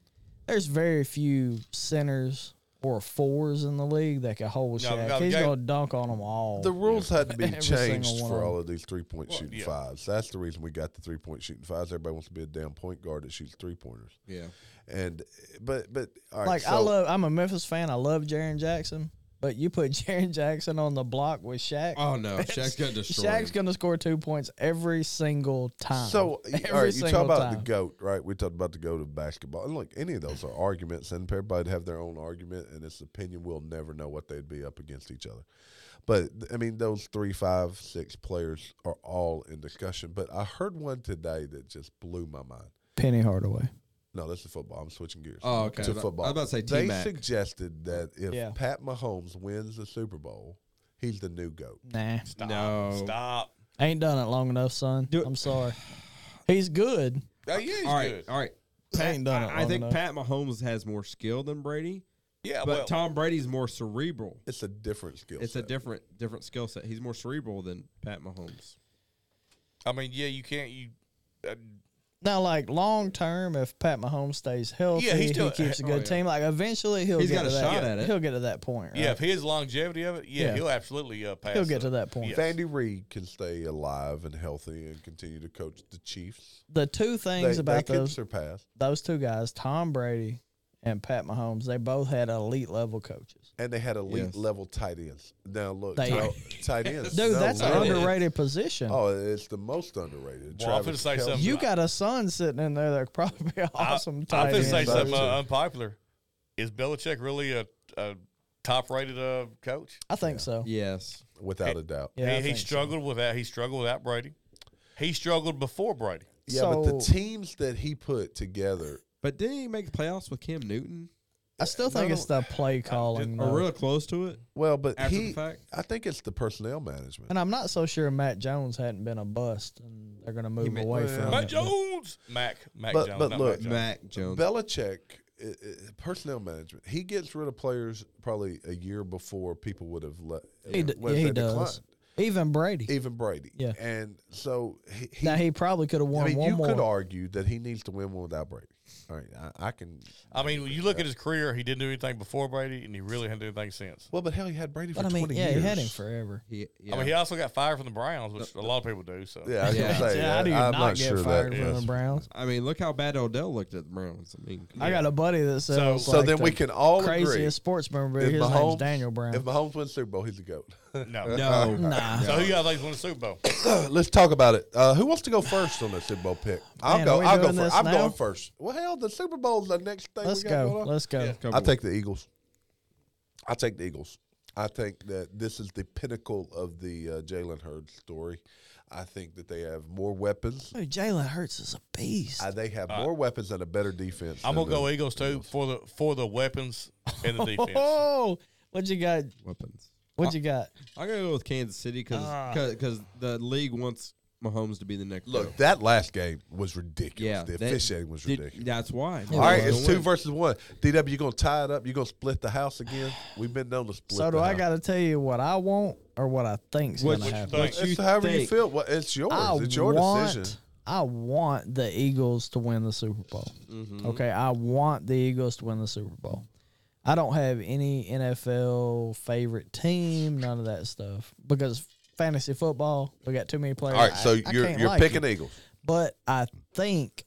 S4: there's very few centers or fours in the league that could hold
S5: No,
S4: Shaq.
S5: no,
S4: He's
S5: Ga-
S4: gonna dunk on them all.
S3: The rules had to be
S4: Every
S3: changed
S4: single
S3: for
S4: one.
S3: all of these three point
S5: Well,
S3: shooting
S5: yeah.
S3: fives. That's the reason we got the three point shooting fives. Everybody wants to be a damn point guard that shoots three pointers.
S6: Yeah.
S3: And but but all right,
S4: like I
S3: so-
S4: love, I'm a Memphis fan. I love Jaron Jackson, but you put Jaron Jackson on the block with Shaq.
S6: Oh no, Shaq's got destroyed.
S4: Shaq's gonna score two points every single time.
S3: So y-
S4: every
S3: all right, you talk
S4: single
S3: about
S4: time.
S3: the goat, right? We talked about the goat of basketball, and look, any of those are arguments, and everybody have their own argument, and it's opinion. We'll never know what they'd be up against each other. But I mean, those three, five, six players are all in discussion. But I heard one today that just blew my mind.
S4: Penny Hardaway.
S3: No, this is football. I'm switching gears.
S6: Oh,
S3: To
S6: okay. I was about-
S3: football.
S6: I was about to say
S3: they
S6: T-Mac.
S3: suggested that if
S4: Yeah.
S3: Pat Mahomes wins the Super Bowl, he's the new goat.
S4: Nah,
S5: Stop.
S6: No.
S5: Stop.
S4: ain't done it long enough, son.
S6: Do it.
S4: I'm sorry. He's good.
S5: Oh, yeah, he's
S6: all right,
S5: good.
S6: all right.
S4: Ain't done it
S6: I, I
S4: long
S6: think
S4: enough.
S6: Pat Mahomes has more skill than Brady,
S5: Yeah,
S6: but
S5: well,
S6: Tom Brady's more cerebral.
S3: It's a different skill.
S6: It's a
S3: set.
S6: different different skill set. He's more cerebral than Pat Mahomes.
S5: I mean, yeah, you can't. You, uh,
S4: Now, like long term, if Pat Mahomes stays healthy,
S5: Yeah, he's
S4: he
S5: still-
S4: keeps a
S6: oh,
S4: good
S6: yeah.
S4: team. Like eventually, he'll
S6: He's
S4: get
S6: got
S4: to
S6: a
S4: that,
S6: shot at it.
S4: He'll get to that point. Right?
S5: yeah, if his longevity of it, yeah,
S4: Uh, Yeah.
S5: he'll absolutely uh, pass.
S4: he'll get to
S5: it.
S4: that point.
S5: Yeah.
S3: If Andy Reid can stay alive and healthy and continue to coach the Chiefs,
S4: The two
S3: they,
S4: things
S3: they
S4: about
S3: could
S4: those
S3: surpass.
S4: those two guys, Tom Brady and Pat Mahomes, they both had elite level coaches.
S3: And they had elite
S6: Yes.
S3: level tight ends. Now look,
S4: They-
S3: tight, tight ends.
S4: Dude,
S3: no
S4: that's an
S3: way.
S5: really.
S4: underrated position.
S3: Oh, it's the most underrated.
S5: Well, I'm
S3: Travis
S5: gonna say
S3: Kelce.
S5: something.
S4: you got a son sitting in there that could probably be an
S5: I,
S4: awesome
S5: I'm
S4: tight
S5: gonna say
S4: end.
S3: Both
S5: something
S3: too.
S5: uh, unpopular. Is Belichick really a, a top-rated uh, coach?
S4: I think so.
S6: Yes.
S3: without a doubt.
S4: Yeah, I
S5: he, he
S4: think so.
S5: struggled without. He struggled without Brady. He struggled before Brady.
S3: Yeah, but the
S4: So-
S3: teams that he put together,
S6: But didn't he make playoffs with Cam Newton?
S4: I still think it's the play calling.
S6: Or
S4: though.
S6: real close to it?
S3: well, but
S6: After the
S3: he,
S6: fact?
S3: I think it's the personnel management.
S4: And I'm not so sure Matt Jones hadn't been a bust, and they're going to move
S6: may-
S4: away
S3: well,
S4: from
S5: Mac
S4: it.
S5: Jones, Mac, Mac
S3: But-
S5: Jones,
S3: but
S5: not
S3: look,
S5: Mac Jones.
S6: Mac Jones.
S3: Belichick, i i personnel management. He gets rid of players probably a year before people would have let.
S4: He, d-
S3: when
S4: yeah, he
S3: they
S4: does.
S3: declined.
S4: Even Brady.
S3: Even Brady.
S4: Yeah.
S3: And so he, he
S4: now he probably could have won
S3: I mean,
S4: one
S3: you
S4: more.
S3: could argue that he needs to win one without Brady. All right, I, I can.
S5: I mean, when you look at his career, he didn't do anything before Brady, and he really hadn't done anything since.
S3: Well, but hell, he had Brady for
S4: but I mean,
S3: twenty
S4: yeah,
S3: years.
S4: he had him forever.
S6: He- yeah.
S5: I mean, he also got fired from the Browns, which a lot of people do. So
S3: Yeah, I was
S6: Yeah.
S3: gonna say. uh,
S4: Yeah, how do you
S3: I'm
S4: not,
S3: not
S4: get
S3: sure
S4: fired
S3: that.
S4: from
S3: Is.
S4: the Browns?
S6: look how bad Odell looked at the Browns. I mean,
S4: I got a buddy that says
S5: So-
S3: So then we can all
S4: craziest
S3: agree.
S4: sports member.
S3: If
S4: His name's
S3: Mahomes,
S4: Daniel Brown.
S3: if Mahomes wins Super Bowl, he's the goat.
S5: no,
S6: no.
S4: nah,
S5: So who y'all think's won the Super Bowl?
S3: Let's talk about it. Uh, who wants to go first on the Super Bowl pick? I'll
S4: Man, are
S3: go.
S4: we
S3: I'll go
S4: doing
S3: first.
S4: this
S3: I'm
S4: now?
S3: going first. Well, hell, the Super Bowl's the next thing.
S4: let's
S3: we got
S4: go.
S3: Going on.
S4: Let's go.
S3: I take the Eagles. I take the Eagles. I think that this is the pinnacle of the uh, Jalen Hurd story. I think that they have more weapons.
S4: Dude, Jalen Hurts is a beast.
S3: Uh, they have more weapons and a better defense.
S5: I'm
S3: than
S5: gonna go
S3: the-
S5: Eagles too for the for the weapons and the defense.
S4: oh, what you got?
S6: weapons.
S3: Uh,
S4: What you got?
S6: I'm gonna go with Kansas City
S4: Ah.
S6: because because the league wants Mahomes to be the next.
S3: Look,
S6: goat.
S3: that last game was ridiculous.
S6: yeah,
S3: the
S6: that-
S3: officiating was
S6: did-
S3: ridiculous.
S6: That's why.
S3: All right,
S6: Gonna
S3: it's two
S6: win.
S3: versus one. DW, you gonna tie it up? You gonna split the house again? We've been known to split.
S4: So do
S3: the
S4: I
S3: house.
S4: got to tell you what I want or what I think's
S6: What
S4: going
S6: you
S4: to happen?
S5: think?
S6: what
S3: It's however you
S6: think.
S3: feel. Well, it's yours.
S4: I
S3: it's your
S4: want,
S3: decision.
S4: I want the Eagles to win the Super Bowl.
S3: Mm-hmm.
S4: Okay, I want the Eagles to win the Super Bowl. I don't have any NFL favorite team, none of that stuff, because fantasy football, we got too many
S3: All
S4: players.
S3: right, so
S4: I- I
S3: you're
S4: can't
S3: you're
S4: like
S3: picking
S4: it.
S3: Eagles.
S4: But I think,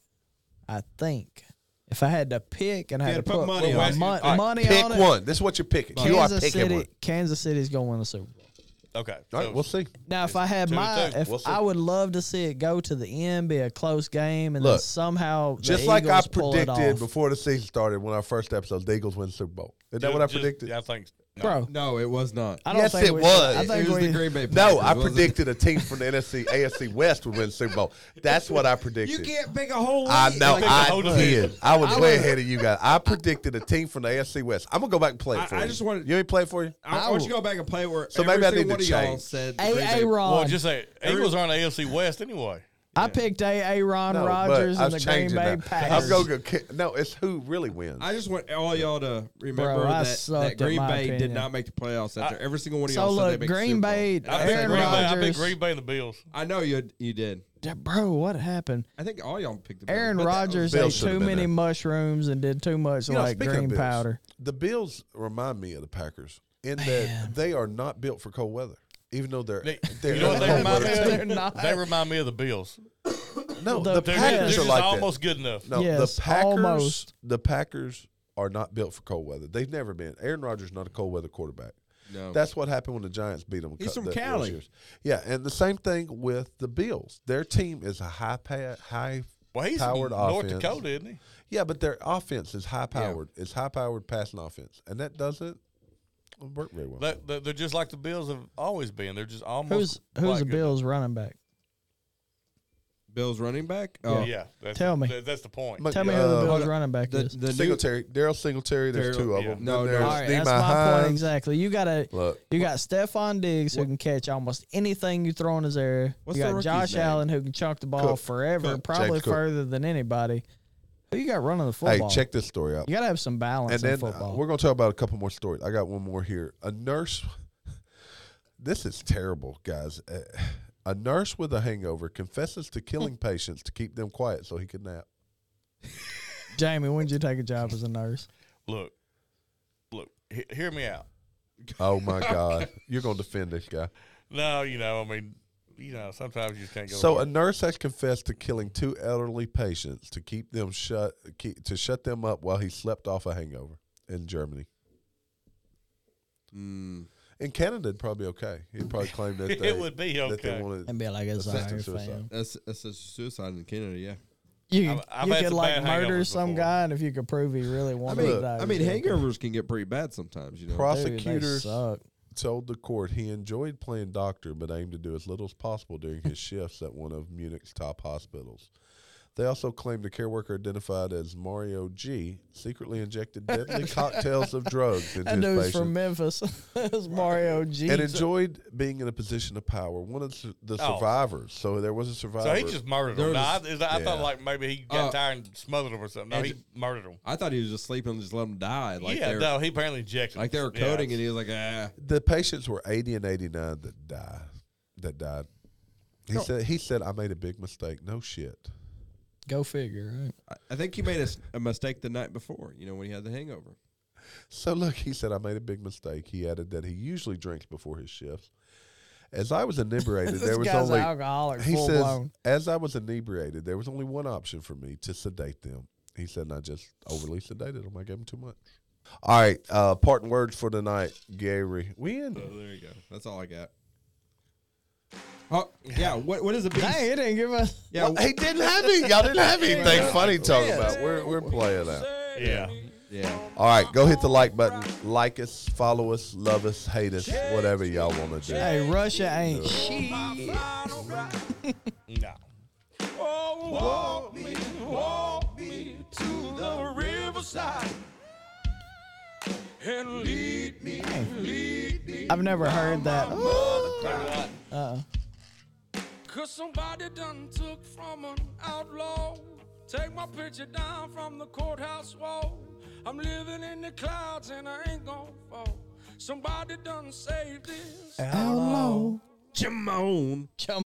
S4: I think, if I had to pick and I
S6: You
S4: had to
S6: had
S4: put,
S6: to put money
S4: my
S6: on it.
S4: mon-
S5: All right,
S4: money
S3: Pick
S4: on it,
S3: one. This is what you're picking. you are
S4: Kansas
S3: picking
S4: City,
S3: one.
S4: Kansas City's going to win the Super Bowl.
S5: Okay,
S3: All right,
S5: so-
S3: we'll see.
S4: Now, if I had
S5: two to
S4: my,
S5: two.
S4: if
S3: We'll see.
S4: I would love to see it go to the end, be a close game, and then
S3: Look,
S4: somehow the
S3: Just like I
S4: Eagles pull it
S3: predicted
S4: off.
S3: before the season started, when our first episode, the Eagles win the Super Bowl. Isn't that
S5: Ju-
S3: what I
S5: just-
S3: predicted?
S5: I think. no.
S4: bro.
S6: No, it was not.
S4: I don't
S3: Yes,
S4: think
S3: it
S4: we,
S3: was.
S4: I
S6: it
S4: think
S6: was
S4: we,
S6: the Green Bay.
S3: No,
S6: Packers,
S3: I
S6: wasn't it?
S3: predicted a team from the NFC AFC West would win the Super Bowl. That's what I predicted.
S6: pick a whole.
S3: I know.
S5: pick the
S3: I
S5: whole
S3: did.
S5: division.
S3: I was way ahead of you guys. I predicted a team from the AFC West. I'm gonna go back and play it
S6: I-
S3: for
S6: I
S3: you.
S6: just wanted-
S3: you ain't play it for you.
S6: I, I want you to go back and play where.
S3: So
S6: every
S3: maybe I
S6: single
S3: need to
S6: one of y'all
S3: change.
S6: said the Green
S4: A.
S6: Bay-
S4: A. Ron.
S5: Well, just say Eagles are in the AFC West anyway.
S4: I picked A. A. Ron
S3: No, but
S4: Rodgers
S3: I
S4: and the
S3: was
S4: Green
S3: changing
S4: Bay
S3: that.
S4: Packers.
S3: I'm gonna go. ki- No, it's who really wins.
S6: I just want all y'all to remember
S4: Bro, I
S6: that,
S4: sucked
S6: that
S4: at
S6: Green
S4: my
S6: Bay did
S4: opinion.
S6: not make the playoffs after every single one of
S4: so
S6: y'all said they
S4: look,
S6: make the
S4: Green
S6: Super Bowl.
S4: Bay,
S5: I picked
S4: Aaron
S5: Green Bay. I picked
S4: Rodgers.
S5: Green Bay and the Bills.
S6: I know you you did.
S4: "Yeah, bro, what happened?
S6: I think all y'all picked the
S4: Aaron
S6: Bills, but that
S4: Rodgers
S3: Bills
S4: ate
S3: should've
S4: too
S3: been
S4: many
S3: there.
S4: mushrooms and did too much
S3: You know,
S4: like
S3: speaking of
S4: green
S3: Bills,
S4: powder.
S3: The Bills remind me of the Packers in that they are not built for cold weather, even though they're.
S5: They-
S3: they're
S5: you know what they
S3: cold
S5: remind me
S3: weather
S5: of?
S4: They're not.
S5: They remind me of the Bills.
S3: team. No,
S4: The
S3: the
S5: They're,
S4: Packers
S5: just, they're
S3: Packers are
S5: just
S3: like
S5: almost
S3: that.
S5: good enough.
S3: No,
S4: Yes,
S3: the Packers.
S4: almost.
S3: The Packers are not built for cold weather. They've never been. Aaron Rodgers not a cold weather quarterback.
S6: No.
S3: That's what happened when the Giants beat them. a
S6: He's
S3: cou-
S6: from
S3: the- those
S6: Cali.
S3: years. Yeah, and the same thing with the Bills. Their team is a high pa- high
S5: Well, he's from
S3: powered
S5: North
S3: offense.
S5: Dakota, isn't he?
S3: Yeah, but their offense is high powered. It's high powered passing offense, and that doesn't work very well.
S5: They- they- They're just like the Bills have always been. They're just almost.
S4: Who's who's
S5: like
S4: the
S5: good.
S4: Bills running back?
S6: Bills running back. Oh,
S5: Yeah, that's,
S4: Tell me.
S5: that- that's the point.
S3: Mc-
S4: Tell me who
S3: uh,
S4: the Bills
S6: on.
S4: running back
S6: The,
S4: is.
S6: the new,
S3: Singletary, Daryl Singletary. There's
S6: Daryl,
S3: two of
S5: yeah.
S3: them.
S6: No,
S3: Then
S6: Daryl.
S3: there's
S4: All right, that's my
S3: Hines.
S4: point exactly. You got a
S3: Look,
S4: you got Stephon Diggs who can catch almost anything you throw in his area.
S6: What's
S4: you
S6: the
S4: got
S6: rookie's
S4: Josh
S6: name?
S4: Allen who can chuck the ball
S3: Cook.
S4: forever,
S3: Cook.
S4: probably
S3: James Cook.
S4: further than anybody. Who you got running the
S3: hey,
S4: football?
S3: check this story out.
S4: You got to have some balance
S3: and
S4: in
S3: then uh,
S4: football.
S3: we're going to talk about a couple more stories. I got one more here. A nurse. This is terrible, guys. Uh, A nurse with a hangover confesses to killing patients to keep them quiet so he could nap.
S4: Jamie, when did you take a job as a nurse?
S5: Look, look, he- hear me out.
S3: Oh my God! You're going to defend this guy.
S5: No, you know, I mean, you know, sometimes you just can't go.
S3: So a nurse has confessed to killing two elderly patients to keep them shut keep, to shut them up while he slept off a hangover in Germany.
S6: mm,
S3: In Canada, it'd probably okay. He'd probably claim that they,
S5: it would be
S3: that they
S5: okay.
S3: wanted.
S4: And be like, it's all
S3: Assistant
S4: right,
S3: suicide.
S4: fam.
S6: that's that's a suicide in Canada. Yeah.
S4: You,
S5: I've- I've
S4: you
S5: had
S4: could
S5: some
S4: like
S5: bad
S4: murder
S5: hangovers
S4: some
S5: before.
S4: guy, and if you could prove he really
S6: I
S4: wanted
S6: mean,
S4: it,
S6: I mean, hangovers can get pretty bad sometimes. You know.
S3: Prosecutors
S4: suck.
S3: told the court he enjoyed playing doctor, but aimed to do as little as possible during his shifts at one of Munich's top hospitals. They also claimed the care worker identified as Mario G secretly injected deadly cocktails of drugs into
S4: That
S3: his
S4: dude's
S3: patients.
S4: from Memphis. it's Mario G.
S3: and enjoyed being in a position of power. One of the- the
S5: Oh.
S3: survivors. So there was a survivor.
S5: So he just murdered
S6: There
S5: him.
S6: was
S5: No, I,
S6: a-
S5: I thought
S3: yeah.
S5: like maybe he got
S6: Uh,
S5: tired and smothered him or something. No,
S6: and
S5: he
S6: j-
S5: murdered him.
S6: I thought he was just sleeping and just let him die. Like
S5: yeah,
S6: they're
S5: no, he apparently injected.
S6: like they were coding, and he was like, ah.
S3: the patients were eighty and eighty nine that died. That died. He
S5: Oh.
S3: said. He said, "I made a big mistake. No shit.
S4: Go figure. Right?
S6: I- I think he made a, s- a mistake the night before. You know when he had the hangover.
S3: So look, he said, I made a big mistake. He added that he usually drinks before his shifts. As I was inebriated,
S4: This
S3: there was
S4: guy's an
S3: only
S4: alcoholic,
S3: He
S4: full
S3: says,
S4: blown.
S3: as I was inebriated, there was only one option for me to sedate them. He said, and I just overly sedated them. I gave them too much. All right, uh, parting words for tonight, Gary. We in.
S6: Oh, there you go. That's all I got. Oh yeah. What what is a beast?
S4: Dang, he didn't give us.
S6: Yeah.
S3: Well, Uh, he didn't have any. Y'all didn't have anything funny to talk about. We're, we're playing out.
S5: yeah.
S6: yeah.
S3: All right, go hit the like button. Like us, follow us, love us, hate us, whatever y'all want to do.
S4: Hey, Russia ain't shit.
S5: No.
S2: Oh, walk me, walk me to the riverside and lead me, lead me.
S4: I've never heard that.
S2: Cause somebody done took from an outlaw. Take my picture down from the courthouse wall. I'm living in the clouds and I ain't gonna fall. Somebody done saved this.
S4: Outlaw.
S6: Jamon.
S4: Come